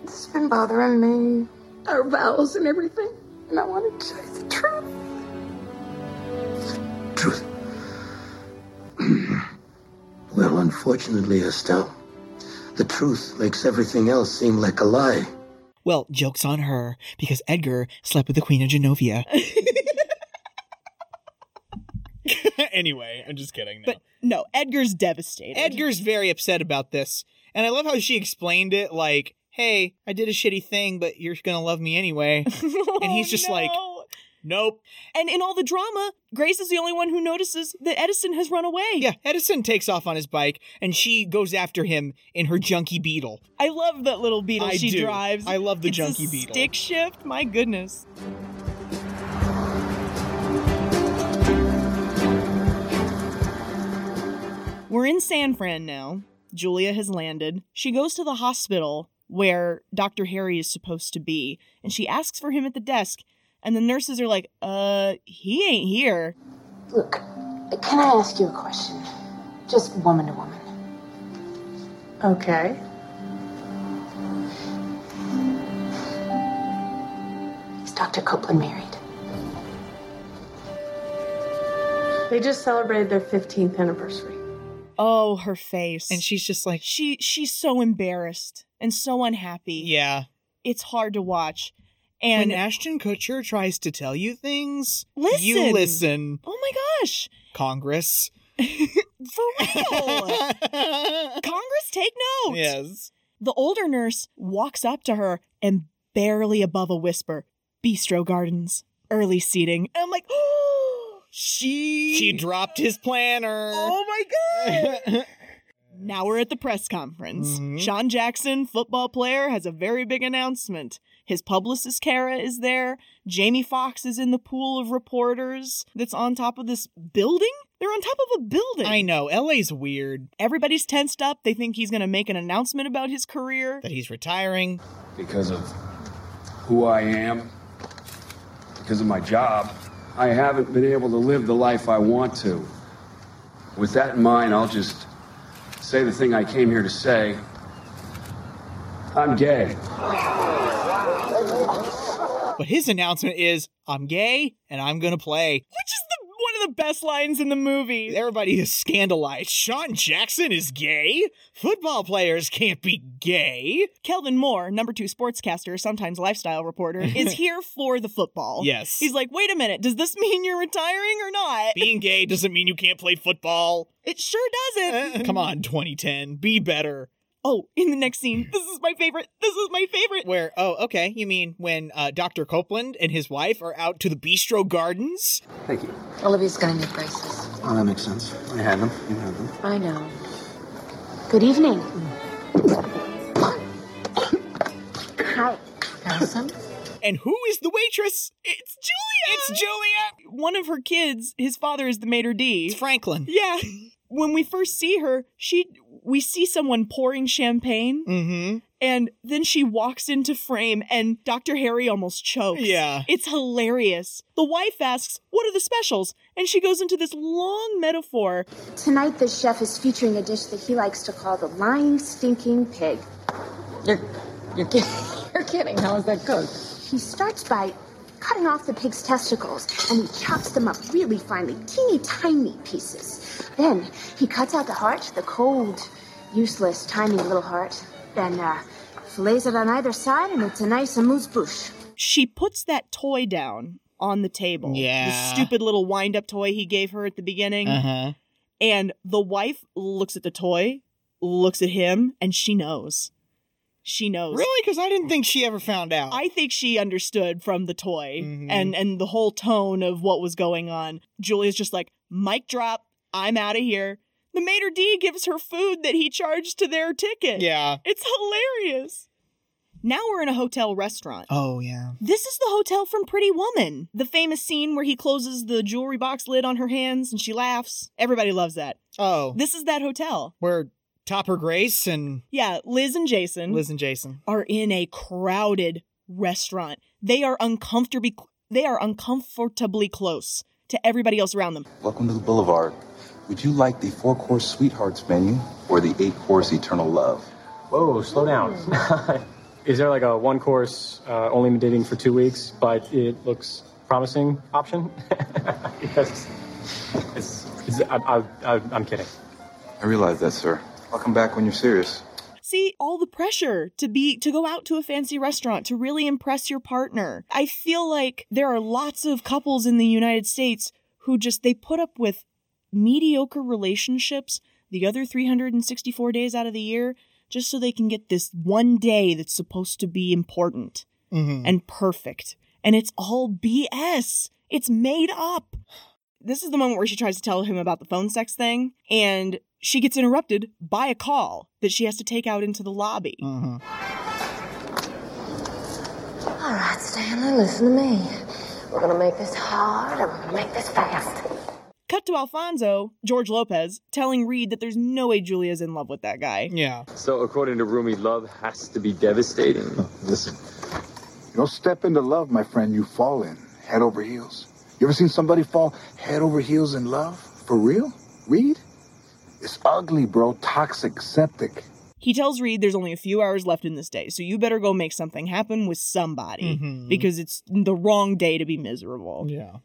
S11: It's been bothering me. Our vows and everything. And I wanted to tell you the truth.
S12: Truth. well, unfortunately, Estelle, the truth makes everything else seem like a lie.
S3: Well, joke's on her, because Edgar slept with the Queen of Genovia. anyway, I'm just kidding.
S2: But no, Edgar's devastated.
S3: Edgar's very upset about this. And I love how she explained it like, hey, I did a shitty thing, but you're going to love me anyway. and he's
S2: Oh,
S3: just like, nope.
S2: And in all the drama, Grace is the only one who notices that Edison has run away.
S3: Yeah, Edison takes off on his bike and she goes after him in her junky beetle.
S2: I love that little beetle
S3: I
S2: she
S3: do.
S2: drives.
S3: I love the
S2: It's a
S3: junky beetle.
S2: Stick shift, my goodness. We're in San Fran now. Julia has landed. She goes to the hospital where Dr. Harry is supposed to be, and she asks for him at the desk. And the nurses are like, uh, he ain't here.
S6: Look, can I ask you a question? Just woman to woman.
S27: Okay.
S6: Is Dr. Copeland married?
S27: They just celebrated their 15th anniversary.
S2: Oh, her face.
S3: And she's just like,
S2: She she's so embarrassed and so unhappy.
S3: yeah.
S2: It's hard to watch. And
S3: when Ashton Kutcher tries to tell you things,
S2: Listen.
S3: you listen.
S2: Oh my gosh.
S3: Congress.
S2: For real. Congress take note.
S3: Yes.
S2: The older nurse walks up to her and barely above a whisper, Bistro Gardens, early seating. And I'm like, she
S3: She dropped his planner.
S2: Oh my god. now we're at the press conference. Sean Jackson, football player, has a very big announcement. His publicist Kara is there. Jamie Foxx is in the pool of reporters that's on top of this building. They're on top of a building.
S3: I know. LA's weird.
S2: Everybody's tensed up. They think he's going to make an announcement about his career.
S3: That he's retiring.
S17: because of who I am, because of my job, I haven't been able to live the life I want to. With that in mind, I'll just say the thing I came here to say. I'm gay.
S3: But his announcement is, I'm gay and I'm going to play.
S2: Which is the, one of the best lines in the movie.
S3: Everybody is scandalized. Sean Jackson is gay? Football players can't be gay.
S2: Kelvin Moore, number two sportscaster, sometimes lifestyle reporter, is here for the football.
S3: Yes.
S2: He's like, wait a minute, does this mean you're retiring or not?
S3: Being gay doesn't mean you can't play football.
S2: It sure doesn't.
S3: Come on, 2010. Be better.
S2: Oh, in the next scene, this is my favorite. This is my favorite.
S3: Where, oh, okay, you mean when uh, Dr. Copeland and his wife are out to the Bistro Gardens?
S28: Thank you.
S6: Olivia's gonna need braces.
S28: Oh, that makes sense. I had them. You had them.
S6: I know. Good evening. Hi. Allison?
S3: And who is the waitress? It's
S2: Julia.
S3: It's Julia.
S2: One of her kids, his father is the maitre d. It's
S3: Franklin.
S2: Yeah. When we first see her, she we see someone pouring champagne.
S3: Mm-hmm.
S2: And then she walks into frame and Dr. Harry almost chokes.
S3: Yeah.
S2: It's hilarious. The wife asks, What are the specials? And she goes into this long metaphor.
S6: Tonight, the chef is featuring a dish that he likes to call the lying, stinking pig.
S29: You're, you're kidding. You're kidding. How is that cooked?
S6: He starts by cutting off the pig's testicles and he chops them up really finely, teeny tiny pieces. Then he cuts out the heart, the cold, useless, tiny little heart. Then uh, fillets it on either side and it's a nice amuse bouche.
S2: She puts that toy down on the table. The
S3: Yeah.
S2: stupid little wind up toy he gave her at the beginning.
S3: Uh-huh.
S2: And the wife looks at the toy, looks at him, and she knows. She knows.
S3: Really? Because I didn't think she ever found out. Mm-hmm.
S2: I think she understood from the toy and and the whole tone of what was going on. Julia's just like, "Mic drop. I'm out of here." The maitre d gives her food that he charged to their ticket.
S3: Yeah.
S2: It's hilarious. Now we're in a hotel restaurant.
S3: Oh, yeah.
S2: This is the hotel from Pretty Woman. The famous scene where he closes the jewelry box lid on her hands and she laughs. Everybody loves that.
S3: Oh.
S2: This is that hotel.
S3: Where Topper Grace and
S2: Yeah, Liz and Jason.
S3: Liz and Jason.
S2: are in a crowded restaurant. They are uncomfortably they are uncomfortably close to everybody else around them.
S22: Welcome to the Boulevard. Would you like the four course sweethearts menu or the eight course eternal love?
S9: Whoa, slow down. Is there like a one course, uh, only been dating for two weeks, but it looks promising option? yes. It's, it's, I, I, I, I'm kidding.
S22: I realize that, sir. I'll come back when you're serious.
S2: See all the pressure to be to go out to a fancy restaurant to really impress your partner. I feel like there are lots of couples in the United States who just they put up with mediocre relationships the other 364 days out of the year just so they can get this one day that's supposed to be important
S30: Mhm.
S2: and perfect. And it's all BS. It's made up. This is the moment where she tries to tell him about the phone sex thing, and she gets interrupted by a call that she has to take out into the lobby.
S3: Mm.
S31: All right, Stanley, listen to me. We're gonna make this hard and we're gonna make this fast.
S2: Cut to Alfonso, George Lopez, telling Reed that there's no way Julia's in love with that guy.
S3: Yeah.
S4: So, according to Rumi, love has to be devastating.
S22: Listen, you don't step into love, my friend. You fall in head over heels. You ever seen somebody fall head over heels in love? For real? Reed? It's ugly, bro. Toxic, septic.
S2: He tells Reed there's only a few hours left in this day, so you better go make something happen with somebody
S3: Mm-hmm.
S30: Mhm.
S2: because it's the wrong day to be miserable.
S30: Yeah.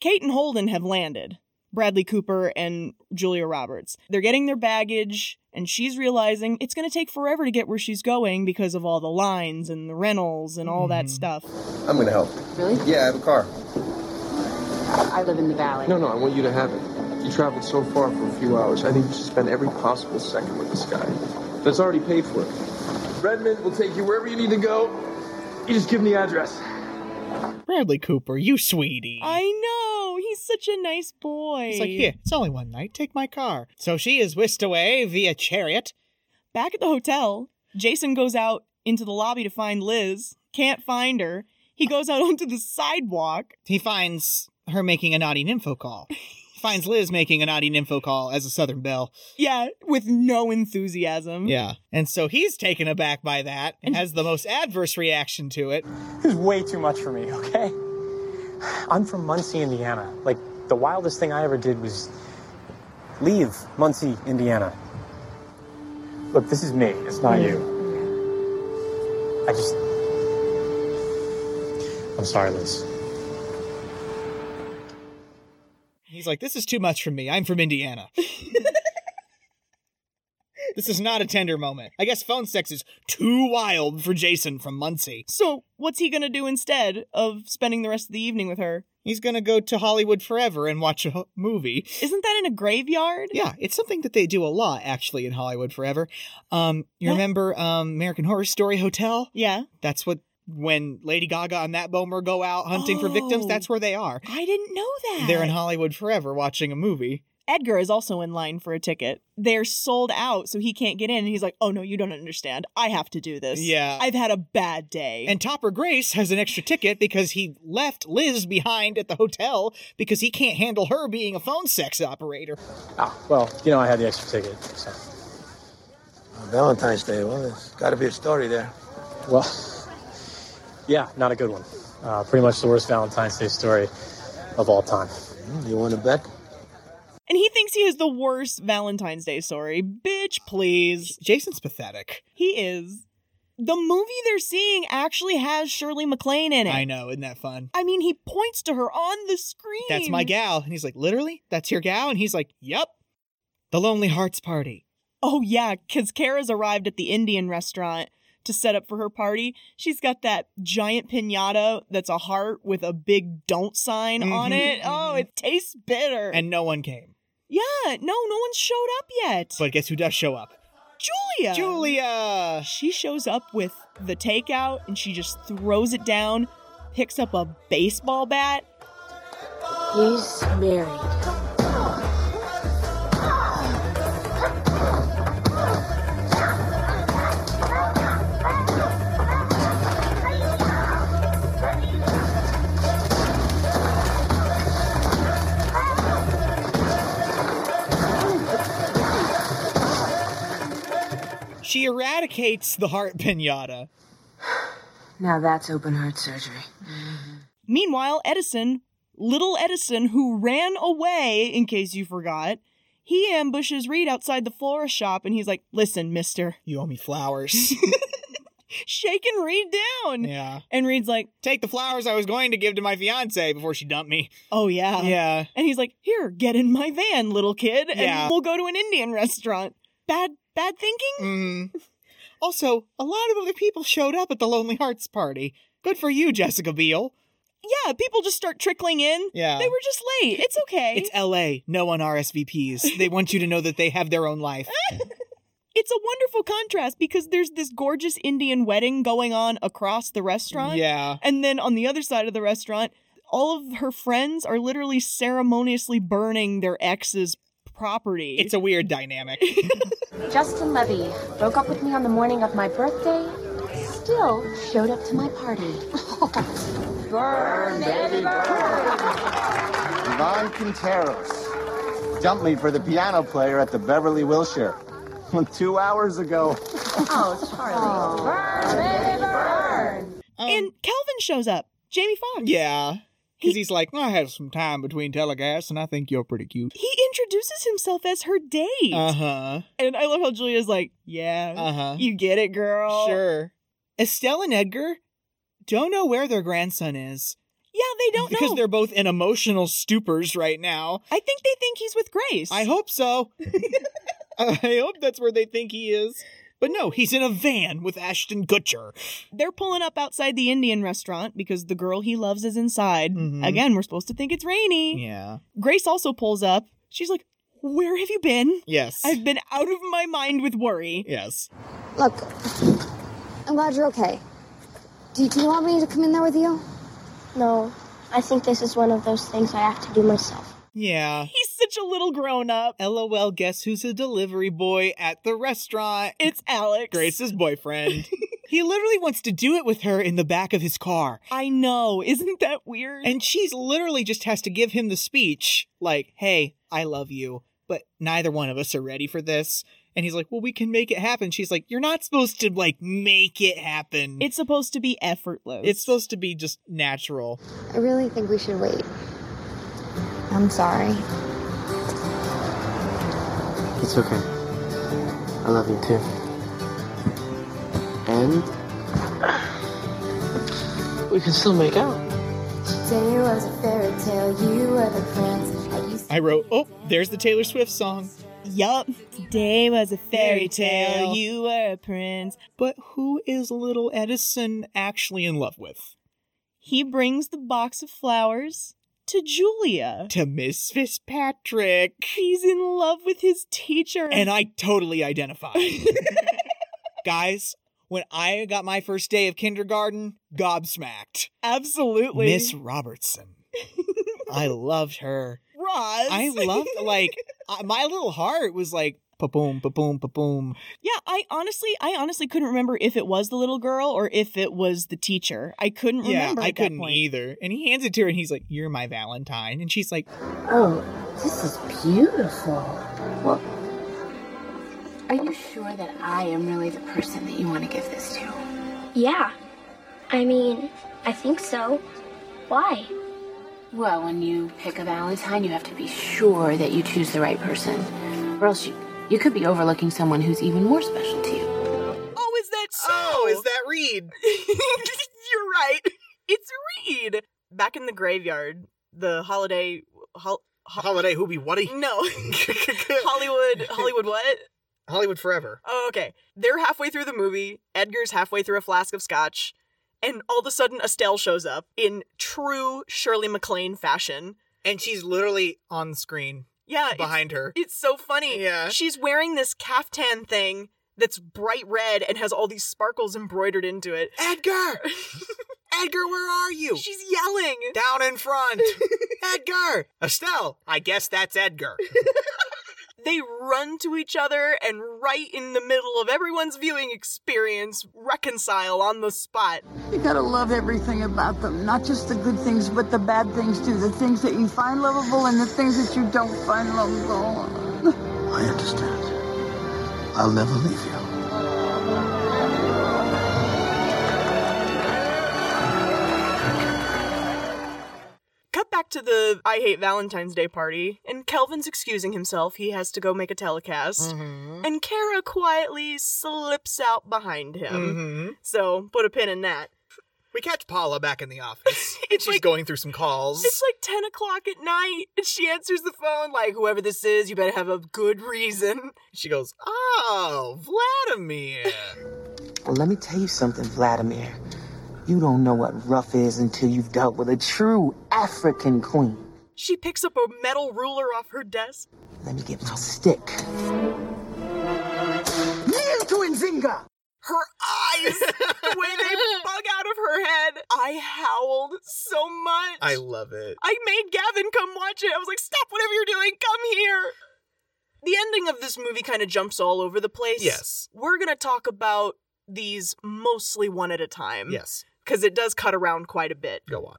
S2: Kate and Holden have landed. Bradley Cooper and Julia Roberts. They're getting their baggage, and she's realizing it's going to take forever to get where she's going because of all the lines and the rentals and all
S3: Mm-hmm.
S2: that stuff.
S6: I'm gonna help. Really? Yeah, I have a car.
S11: I live in the valley.
S6: No, no, I want you to have it. You traveled so far for a few hours. I think you should spend every possible second with this guy. That's already paid for. Redmond will take you wherever you need to go. You just give him the address.
S3: Bradley Cooper, you sweetie.
S2: I know. He's such a nice boy.
S3: He's like, here, it's only one night. Take my car. So she is whisked away via chariot.
S2: Back at the hotel, Jason goes out into the lobby to find Liz. Can't find her. He goes out onto the sidewalk.
S3: He finds her making a naughty nympho call. finds Liz making a naughty nympho call as a Southern Belle.
S2: Yeah, with no enthusiasm.
S3: Yeah. And so he's taken aback by that and has the most adverse reaction to it.
S9: This is way too much for me, okay? I'm from Muncie, Indiana. Like, the wildest thing I ever did was leave Muncie, Indiana. Look, this is me, it's not you. I just. I'm sorry, Liz.
S3: He's like, this is too much for me. I'm from Indiana. this is not a tender moment. I guess phone sex is too wild for Jason from Muncie.
S2: So, what's he going to do instead of spending the rest of the evening with her?
S3: He's going to go to Hollywood forever and watch a ho- movie.
S2: Isn't that in a graveyard?
S3: Yeah, it's something that they do a lot actually in Hollywood forever. Um, you remember um, American Horror Story Hotel?
S2: Yeah.
S3: That's what when Lady Gaga and Matt Bomer go out hunting for victims.
S2: Oh.
S3: That's where they are.
S2: I didn't know that.
S3: They're in Hollywood forever watching a movie.
S2: Edgar is also in line for a ticket. They're sold out, so he can't get in. And he's like, oh no, you don't understand. I have to do this.
S3: Yeah.
S2: I've had a bad day.
S3: And Topper Grace has an extra ticket because he left Liz behind at the hotel because he can't handle her being a phone sex operator.
S9: Ah, well, you know, I had the extra ticket, so.
S6: Valentine's Day. Well, there's got to be a story there.
S9: Well, yeah, not a good one. Uh, pretty much the worst Valentine's Day story of all time. You want to bet?
S2: And he thinks he has the worst Valentine's Day story. Bitch, please.
S3: Jason's pathetic.
S2: He is. The movie they're seeing actually has Shirley MacLaine in it.
S3: I know, isn't that fun?
S2: I mean, he points to her on the screen.
S3: That's my gal. And he's like, literally? That's your gal? And he's like, yep. The Lonely Hearts Party.
S2: Oh, yeah, because Kara's arrived at the Indian restaurant to set up for her party. She's got that giant pinata that's a heart with a big don't sign on
S3: Mhm,
S2: it. Oh, it tastes bitter.
S3: And no one came.
S2: yeah, no, no one showed up yet.
S3: But guess who does show up?
S2: Julia.
S3: Julia.
S2: She shows up with the takeout and she just throws it down, picks up a baseball bat. He's married.
S3: She eradicates the heart pinata.
S32: Now that's open heart surgery.
S2: Meanwhile, Edison, little Edison, who ran away, in case you forgot, he ambushes Reed outside the florist shop and he's like, Listen, mister.
S3: You owe me flowers.
S2: Shaking Reed down.
S3: Yeah.
S2: And Reed's like,
S3: Take the flowers I was going to give to my fiance before she dumped me.
S2: Oh, yeah.
S3: Yeah.
S2: And he's like, Here, get in my van, little kid, and
S3: Yeah.
S2: we'll go to an Indian restaurant. Bad, bad thinking?
S3: Mm. Also, a lot of other people showed up at the Lonely Hearts party. Good for you, Jessica Biel.
S2: Yeah, people just start trickling in.
S3: Yeah.
S2: They were just late. It's okay.
S3: It's LA. No one RSVPs. They want you to know that they have their own life.
S20: It's a wonderful contrast because there's this gorgeous Indian wedding going on across the restaurant.
S3: Yeah.
S20: And then on the other side of the restaurant, all of her friends are literally ceremoniously burning their ex's property.
S3: It's a weird dynamic.
S33: Justin Levy broke up with me on the morning of my birthday, still showed up to my party.
S1: Burn, baby, Yvonne Quinteros. Dumped me for the piano player at the Beverly Wilshire. Two hours ago.
S33: Oh, Charlie.
S3: Um,
S20: and Kelvin shows up. Jamie Foxx.
S3: yeah. Because he's like, I have some time between telecasts, and I think you're pretty cute.
S20: He introduces himself as her date.
S3: Uh huh.
S20: And I love how Julia's like, yeah,
S3: Uh-huh.
S20: you get it, girl.
S3: Sure. Estelle and Edgar don't know where their grandson is.
S20: Yeah, they don't
S3: because
S20: know.
S3: they're both in emotional stupors right now.
S20: I think they think he's with Grace.
S3: I hope so. I hope that's where they think he is. But no, he's in a van with Ashton Kutcher.
S20: They're pulling up outside the Indian restaurant because the girl he loves is inside.
S3: Mm-hmm.
S20: Again, we're supposed to think it's rainy.
S3: Yeah.
S20: Grace also pulls up. She's like, Where have you been?
S3: Yes.
S20: I've been out of my mind with worry.
S3: Yes.
S1: Look, I'm glad you're okay. Do, do you want me to come in there with you?
S6: No, I think this is one of those things I have to do myself.
S3: Yeah.
S20: He's such a little grown up.
S3: LOL, guess who's a delivery boy at the restaurant?
S20: It's Alex.
S3: Grace's boyfriend. he literally wants to do it with her in the back of his car.
S20: I know. Isn't that weird?
S3: And she's literally just has to give him the speech like, hey, I love you, but neither one of us are ready for this. And he's like, well, we can make it happen. She's like, you're not supposed to like make it happen.
S20: it's supposed to be effortless.
S3: it's supposed to be just natural.
S1: I really think we should wait. I'm sorry.
S18: It's okay. I love you too. And we can still make out.
S5: Today was a fairy tale. You were the prince. I used
S3: I wrote, oh, there's the Taylor Swift song.
S20: Yup. Today was a fairy tale. You were a prince.
S3: But who is little Edison actually in love with?
S20: He brings the box of flowers to Julia.
S3: To Miss Fitzpatrick.
S20: He's in love with his teacher.
S3: And I totally identify. Guys, when I got my first day of kindergarten, gobsmacked.
S20: absolutely
S3: Miss Robertson. I loved her.
S20: Roz.
S3: I loved like I- my little heart was like pa boom pa boom pa boom.
S20: Yeah, I honestly, I honestly couldn't remember if it was the little girl or if it was the teacher. I couldn't
S3: Yeah,
S20: remember. at
S3: I
S20: that
S3: couldn't
S20: point.
S3: either. And he hands it to her and he's like, "You're my Valentine." And she's like,
S13: Oh, this is beautiful. Well,
S5: Are you sure that I am really the person that you want to give this to?
S6: Yeah, I mean, I think so. Why?
S5: Well, when you pick a Valentine, you have to be sure that you choose the right person, or else you, you could be overlooking someone who's even more special to you.
S20: Oh, is that so?
S3: that Reed?"
S20: You're right. It's Reed.
S2: Back in the graveyard, the holiday. Hol- ho-
S3: Holiday Hoobie Wuddy.
S2: no. Hollywood. Hollywood what?
S3: Hollywood Forever.
S2: Oh, okay. They're halfway through the movie. Edgar's halfway through a flask of scotch. And all of a sudden, Estelle shows up in true Shirley MacLaine fashion.
S3: And she's literally on the screen
S2: Yeah, it's-
S3: her.
S2: It's so funny.
S3: Yeah.
S2: She's wearing this caftan thing that's bright red and has all these sparkles embroidered into it.
S3: Edgar! Edgar, where are you?
S2: She's yelling.
S3: Down in front. Edgar! Estelle, I guess that's Edgar.
S2: They run to each other and right in the middle of everyone's viewing experience reconcile on the spot.
S21: You gotta love everything about them, not just the good things, but the bad things too. The things that you find lovable and the things that you don't find lovable.
S22: I understand. I'll never leave you.
S2: Cut back to the I Hate Valentine's Day party, and Kelvin's excusing himself. He has to go make a telecast. And Kara quietly slips out behind him. So put a pin in that.
S3: We catch Paula back in the office. and
S2: It's
S3: she's
S2: like-
S3: going through some calls.
S2: It's like 10 o'clock at night, and she answers the phone, like, whoever this is, you better have a good reason.
S3: she goes, Oh, Vladimir.
S18: Well, let me tell you something, Vladimir. You don't know what rough is until you've dealt with a true African queen.
S2: She picks up a metal ruler off her desk.
S18: Let me get my stick.
S7: Benzinga!
S2: Her eyes, the way they bug out of her head. I howled so much.
S3: I love it.
S2: I made Gavin come watch it. I was like, stop whatever you're doing, come here. The ending of this movie kind of jumps all over the place.
S3: Yes.
S2: We're going to talk about these mostly one at a time.
S3: Yes.
S2: Because it does cut around quite a bit.
S3: Go on.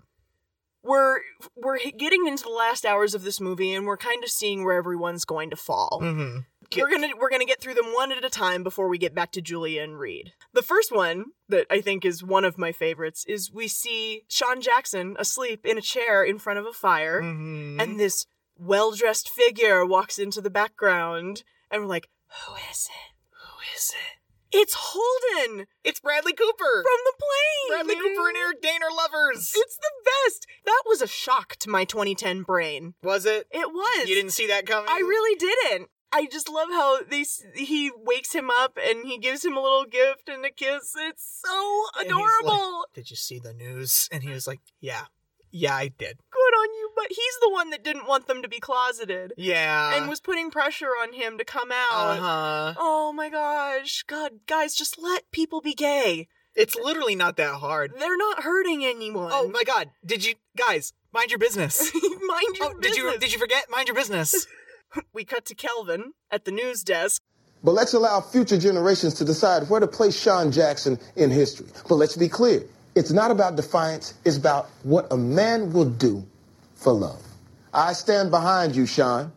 S2: We're we're getting into the last hours of this movie and we're kind of seeing where everyone's going to fall.
S3: Mm-hmm.
S2: We're gonna we're gonna get through them one at a time before we get back to Julia and Reed. The first one that I think is one of my favorites is we see Sean Jackson asleep in a chair in front of a fire,
S3: Mm-hmm.
S2: and this well dressed figure walks into the background, and we're like, who is it? Who is it? It's Holden.
S3: It's Bradley Cooper
S2: from the plane.
S3: Bradley Cooper and Eric Dane are lovers.
S2: It's the best. That was a shock to my 2010 brain.
S3: Was it?
S2: It was.
S3: You didn't see that coming.
S2: I really didn't. I just love how they s- he wakes him up and he gives him a little gift and a kiss. It's so
S3: And he's
S2: adorable.
S3: like, did you see the news? And he was like, yeah, yeah, I did.
S2: Good on you, but he's the one that didn't want them to be closeted.
S3: Yeah.
S2: And was putting pressure on him to come out.
S3: Uh-huh.
S2: Oh my gosh. God, guys, just let people be gay.
S3: It's literally not that hard.
S2: They're not hurting anyone.
S3: Oh my god! Did you guys mind your business?
S2: mind your
S3: oh, Did you did you forget? Mind your business.
S2: we cut to Kelvin at the news desk.
S10: But let's allow future generations to decide where to place Sean Jackson in history. But let's be clear it's not about defiance, it's about what a man will do for love. I stand behind you, Sean,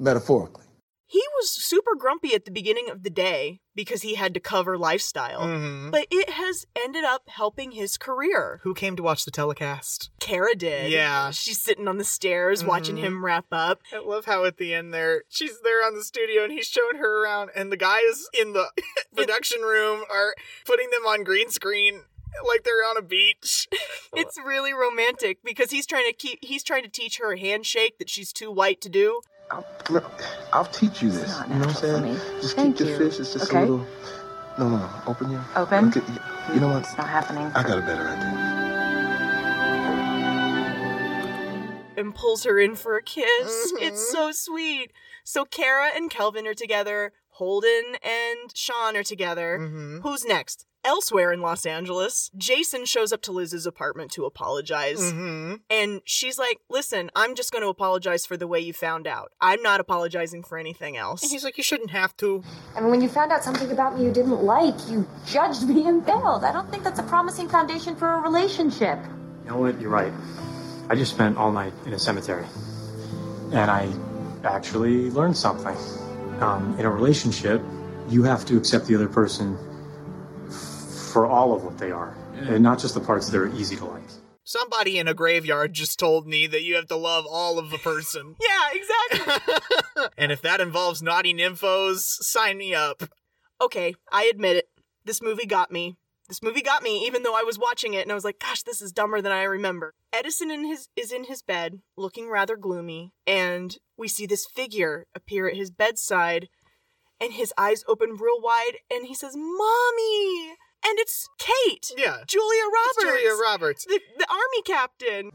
S10: metaphorically.
S2: He was super grumpy at the beginning of the day because he had to cover lifestyle,
S3: Mhm.
S2: but it has ended up helping his career.
S3: Who came to watch the telecast?
S2: Kara did.
S3: Yeah.
S2: She's sitting on the stairs watching
S3: Mhm.
S2: him wrap up.
S3: I love how at the end there she's there on the studio and he's showing her around and the guys in the production room are putting them on green screen like they're on a beach.
S2: It's really romantic because he's trying to keep he's trying to teach her a handshake that she's too white to do.
S10: Look, I'll teach you this. You know what I'm saying? Just keep the fish. It's just
S2: Okay.
S10: a little. No, no. Open your.
S7: Open?
S10: Look at- you- you know what?
S7: It's not happening.
S10: I got a better idea.
S2: and pulls her in for a kiss.
S3: Mm-hmm.
S2: It's so sweet. So Kara and Kelvin are together. Holden and Sean are together. Who's next? Elsewhere in Los Angeles, Jason shows up to Liz's apartment to apologize.
S3: Mhm.
S2: And she's like, Listen, I'm just going to apologize for the way you found out. I'm not apologizing for anything else.
S3: And he's like, You shouldn't have to.
S16: I mean, when you found out something about me you didn't like, you judged me and bailed. I don't think that's a promising foundation for a relationship.
S9: You know what? You're right. I just spent all night in a cemetery. And I actually learned something. Um, in a relationship, you have to accept the other person f- for all of what they are, and not just the parts that are easy to like.
S3: Somebody in a graveyard just told me that you have to love all of the person.
S2: Yeah, exactly.
S3: and if that involves naughty nymphos, sign me up.
S2: okay, I admit it. This movie got me. This movie got me, even though I was watching it and I was like, gosh, this is dumber than I remember. Edison in his is in his bed, looking rather gloomy, and we see this figure appear at his bedside, and his eyes open real wide, and he says, Mommy! And it's Kate!
S3: Yeah.
S2: Julia
S3: It's
S2: Roberts!
S3: Julia Roberts.
S2: The, the army captain.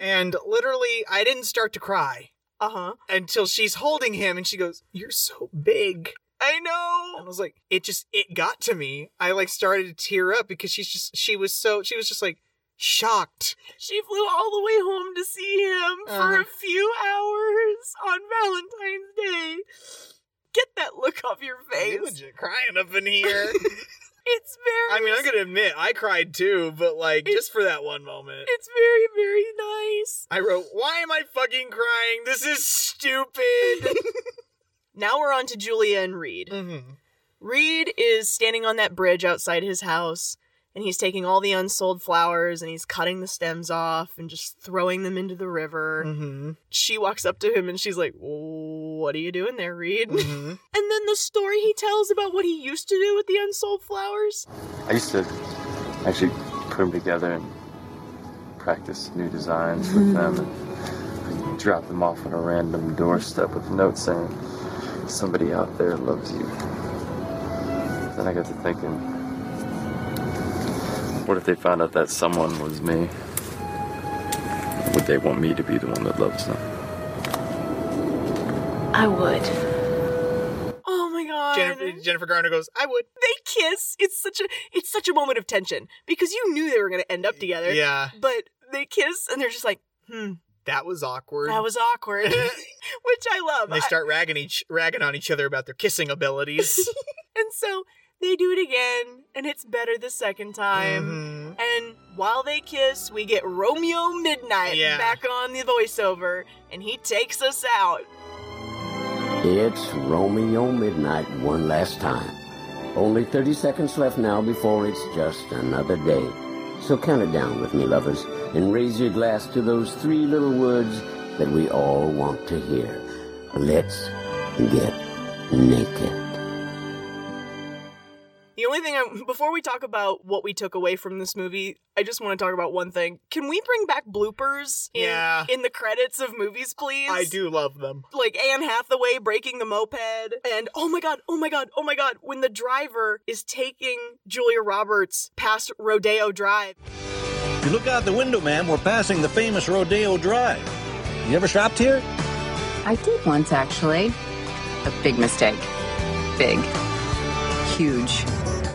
S3: And literally, I didn't start to cry.
S2: Uh huh.
S3: Until she's holding him and she goes, You're so big.
S2: I know.
S3: And I was like, It just, it got to me. I like started to tear up because she's just, she was so, she was just like shocked.
S2: She flew all the way home to see him for
S3: Uh-huh.
S2: a few hours on Valentine's Day. Get that look off your
S3: You
S2: face.
S3: legit crying up in here.
S2: It's very.
S3: I mean, I'm going to admit, I cried too, but like just for that one moment.
S2: It's very, very nice.
S3: I wrote, Why am I fucking crying? This is stupid.
S2: Now we're on to Julia and Reed.
S3: Mm-hmm.
S2: Reed is standing on that bridge outside his house, and he's taking all the unsold flowers and he's cutting the stems off and just throwing them into the river.
S3: Mm-hmm.
S2: She walks up to him and she's like, "What are you doing there, Reed?"
S3: Mm-hmm.
S2: and then the story he tells about what he used to do with the unsold flowers.
S11: I used to actually put them together and practice new designs with them. And I'd drop them off on a random doorstep with notes saying, somebody out there loves you. Then I got to thinking,
S7: What if they found out that someone was me? Would they want me to be the one that loves them?
S6: I would.
S2: Oh my god.
S3: Jennifer, Jennifer Garner goes, I would.
S2: They kiss. It's such a it's such a moment of tension because you knew they were going to end up together.
S3: Yeah.
S2: But they kiss and they're just like, "Hmm,
S3: That was awkward.
S2: that was awkward." Which I love.
S3: And they start ragging each ragging on each other about their kissing abilities.
S2: I- and so they do it again and it's better the second time.
S3: Mm-hmm.
S2: And while they kiss, we get Romeo Midnight
S12: Yeah.
S2: back on the voiceover and he takes us out.
S12: It's Romeo Midnight one last time. Only 30 seconds left now before it's just another day. So count it down with me, lovers, and raise your glass to those three little words that we all want to hear. Let's get naked.
S2: The only thing I before we talk about what we took away from this movie, I just want to talk about one thing. Can we bring back bloopers in,
S3: Yeah.
S2: in the credits of movies, please?
S3: I do love them.
S2: Like Anne Hathaway breaking the moped and oh my god, oh my god, oh my god, when the driver is taking Julia Roberts past Rodeo Drive.
S34: If you look out the window, ma'am, we're passing the famous Rodeo Drive. You ever shopped here?
S11: I did once, actually. A big mistake. Big. Huge.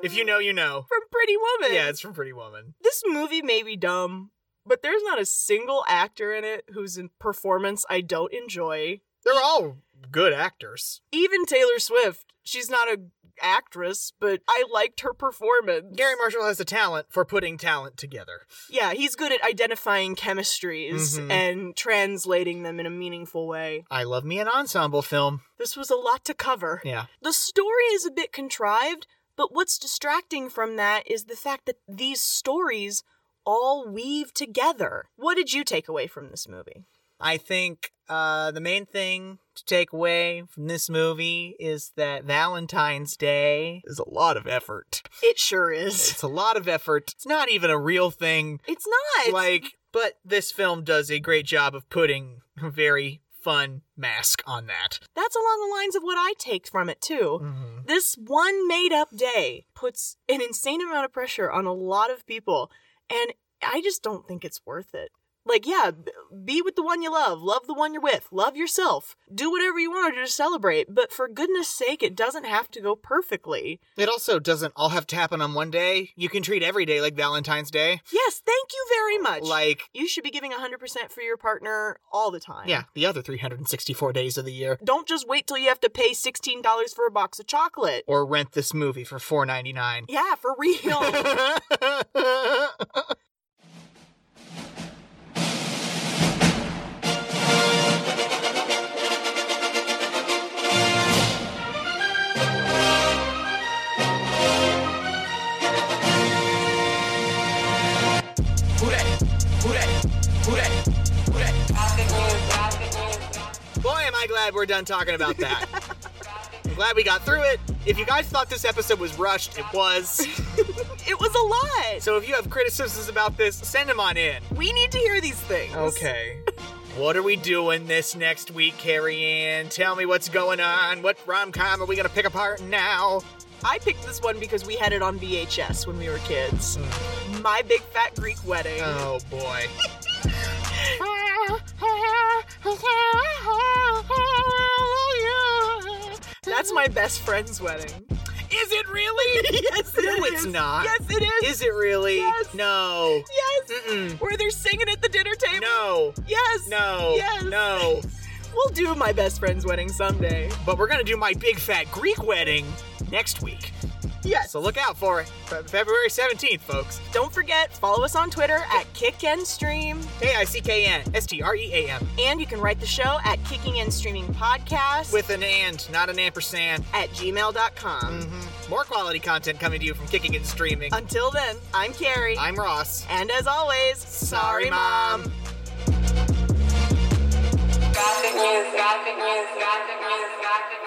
S3: If you know, you know.
S2: From Pretty Woman.
S3: Yeah, it's from Pretty Woman.
S2: This movie may be dumb, but there's not a single actor in it whose performance I don't enjoy.
S3: They're all Good actors.
S2: even Taylor Swift, she's not a actress, but I liked her performance.
S3: Gary Marshall has a talent for putting talent together.
S2: Yeah, he's good at identifying chemistries
S3: Mhm.
S2: and translating them in a meaningful way.
S3: I love me an ensemble film.
S2: This was a lot to cover.
S3: Yeah.
S2: The story is a bit contrived, but what's distracting from that is the fact that these stories all weave together. What did you take away from this movie?
S3: I think uh, the main thing to take away from this movie is that Valentine's Day is a lot of effort.
S2: It sure is.
S3: It's a lot of effort. It's not even a real thing.
S2: It's not.
S3: Like, but this film does a great job of putting a very fun mask on that.
S2: That's along the lines of what I take from it too. This one made up day puts an insane amount of pressure on a lot of people, and I just don't think it's worth it. Like, yeah, b- be with the one you love, love the one you're with, love yourself, do whatever you want to do to celebrate, but for goodness sake, it doesn't have to go perfectly.
S3: It also doesn't all have to happen on one day. You can treat every day like Valentine's Day.
S2: Yes, thank you very much.
S3: Like,
S2: you should be giving 100% for your partner all the time.
S3: yeah, the other 364 days of the year.
S2: Don't just wait till you have to pay $16 for a box of chocolate.
S3: Or rent this movie for 4.99.
S2: Yeah, for real.
S5: Who that? Who that? Who that? Who that?
S3: Boy, am I glad we're done talking about that. I'm glad we got through it. If you guys thought this episode was rushed, it was.
S2: it was a lot.
S3: So if you have criticisms about this, send them on in.
S2: we need to hear these things.
S3: Okay. What are we doing this next week, Carrie Ann? Tell me what's going on. What rom com are we going to pick apart now?
S2: I picked this one because we had it on VHS when we were kids. My Big Fat Greek Wedding.
S3: Mm. Oh boy.
S2: That's my best friend's wedding.
S3: Is it really?
S2: yes, it
S3: no,
S2: is.
S3: it's not.
S2: Yes, it is.
S3: Is it really?
S2: Yes.
S3: No.
S2: Yes. Where they're singing at the dinner table.
S3: No.
S2: Yes.
S3: No.
S2: Yes.
S3: No.
S2: We'll do my best friend's wedding someday.
S3: But we're going to do my big fat Greek wedding next week.
S2: Yes.
S3: So look out for it. Fe- February 17th, folks.
S2: Don't forget, follow us on Twitter at Kick and Stream.
S3: K I C K N S T R E A M.
S2: And you can write the show at Kicking and Streaming Podcast
S3: With an and, not an ampersand. Mm-hmm.
S2: at gmail.com.
S3: More quality content coming to you from Kicking and Streaming.
S2: Until then, I'm Carrie.
S3: I'm Ross.
S2: And as always, sorry,
S3: Sorry,
S2: Mom.
S5: Gossip news, gossip news, gossip news, gossip news.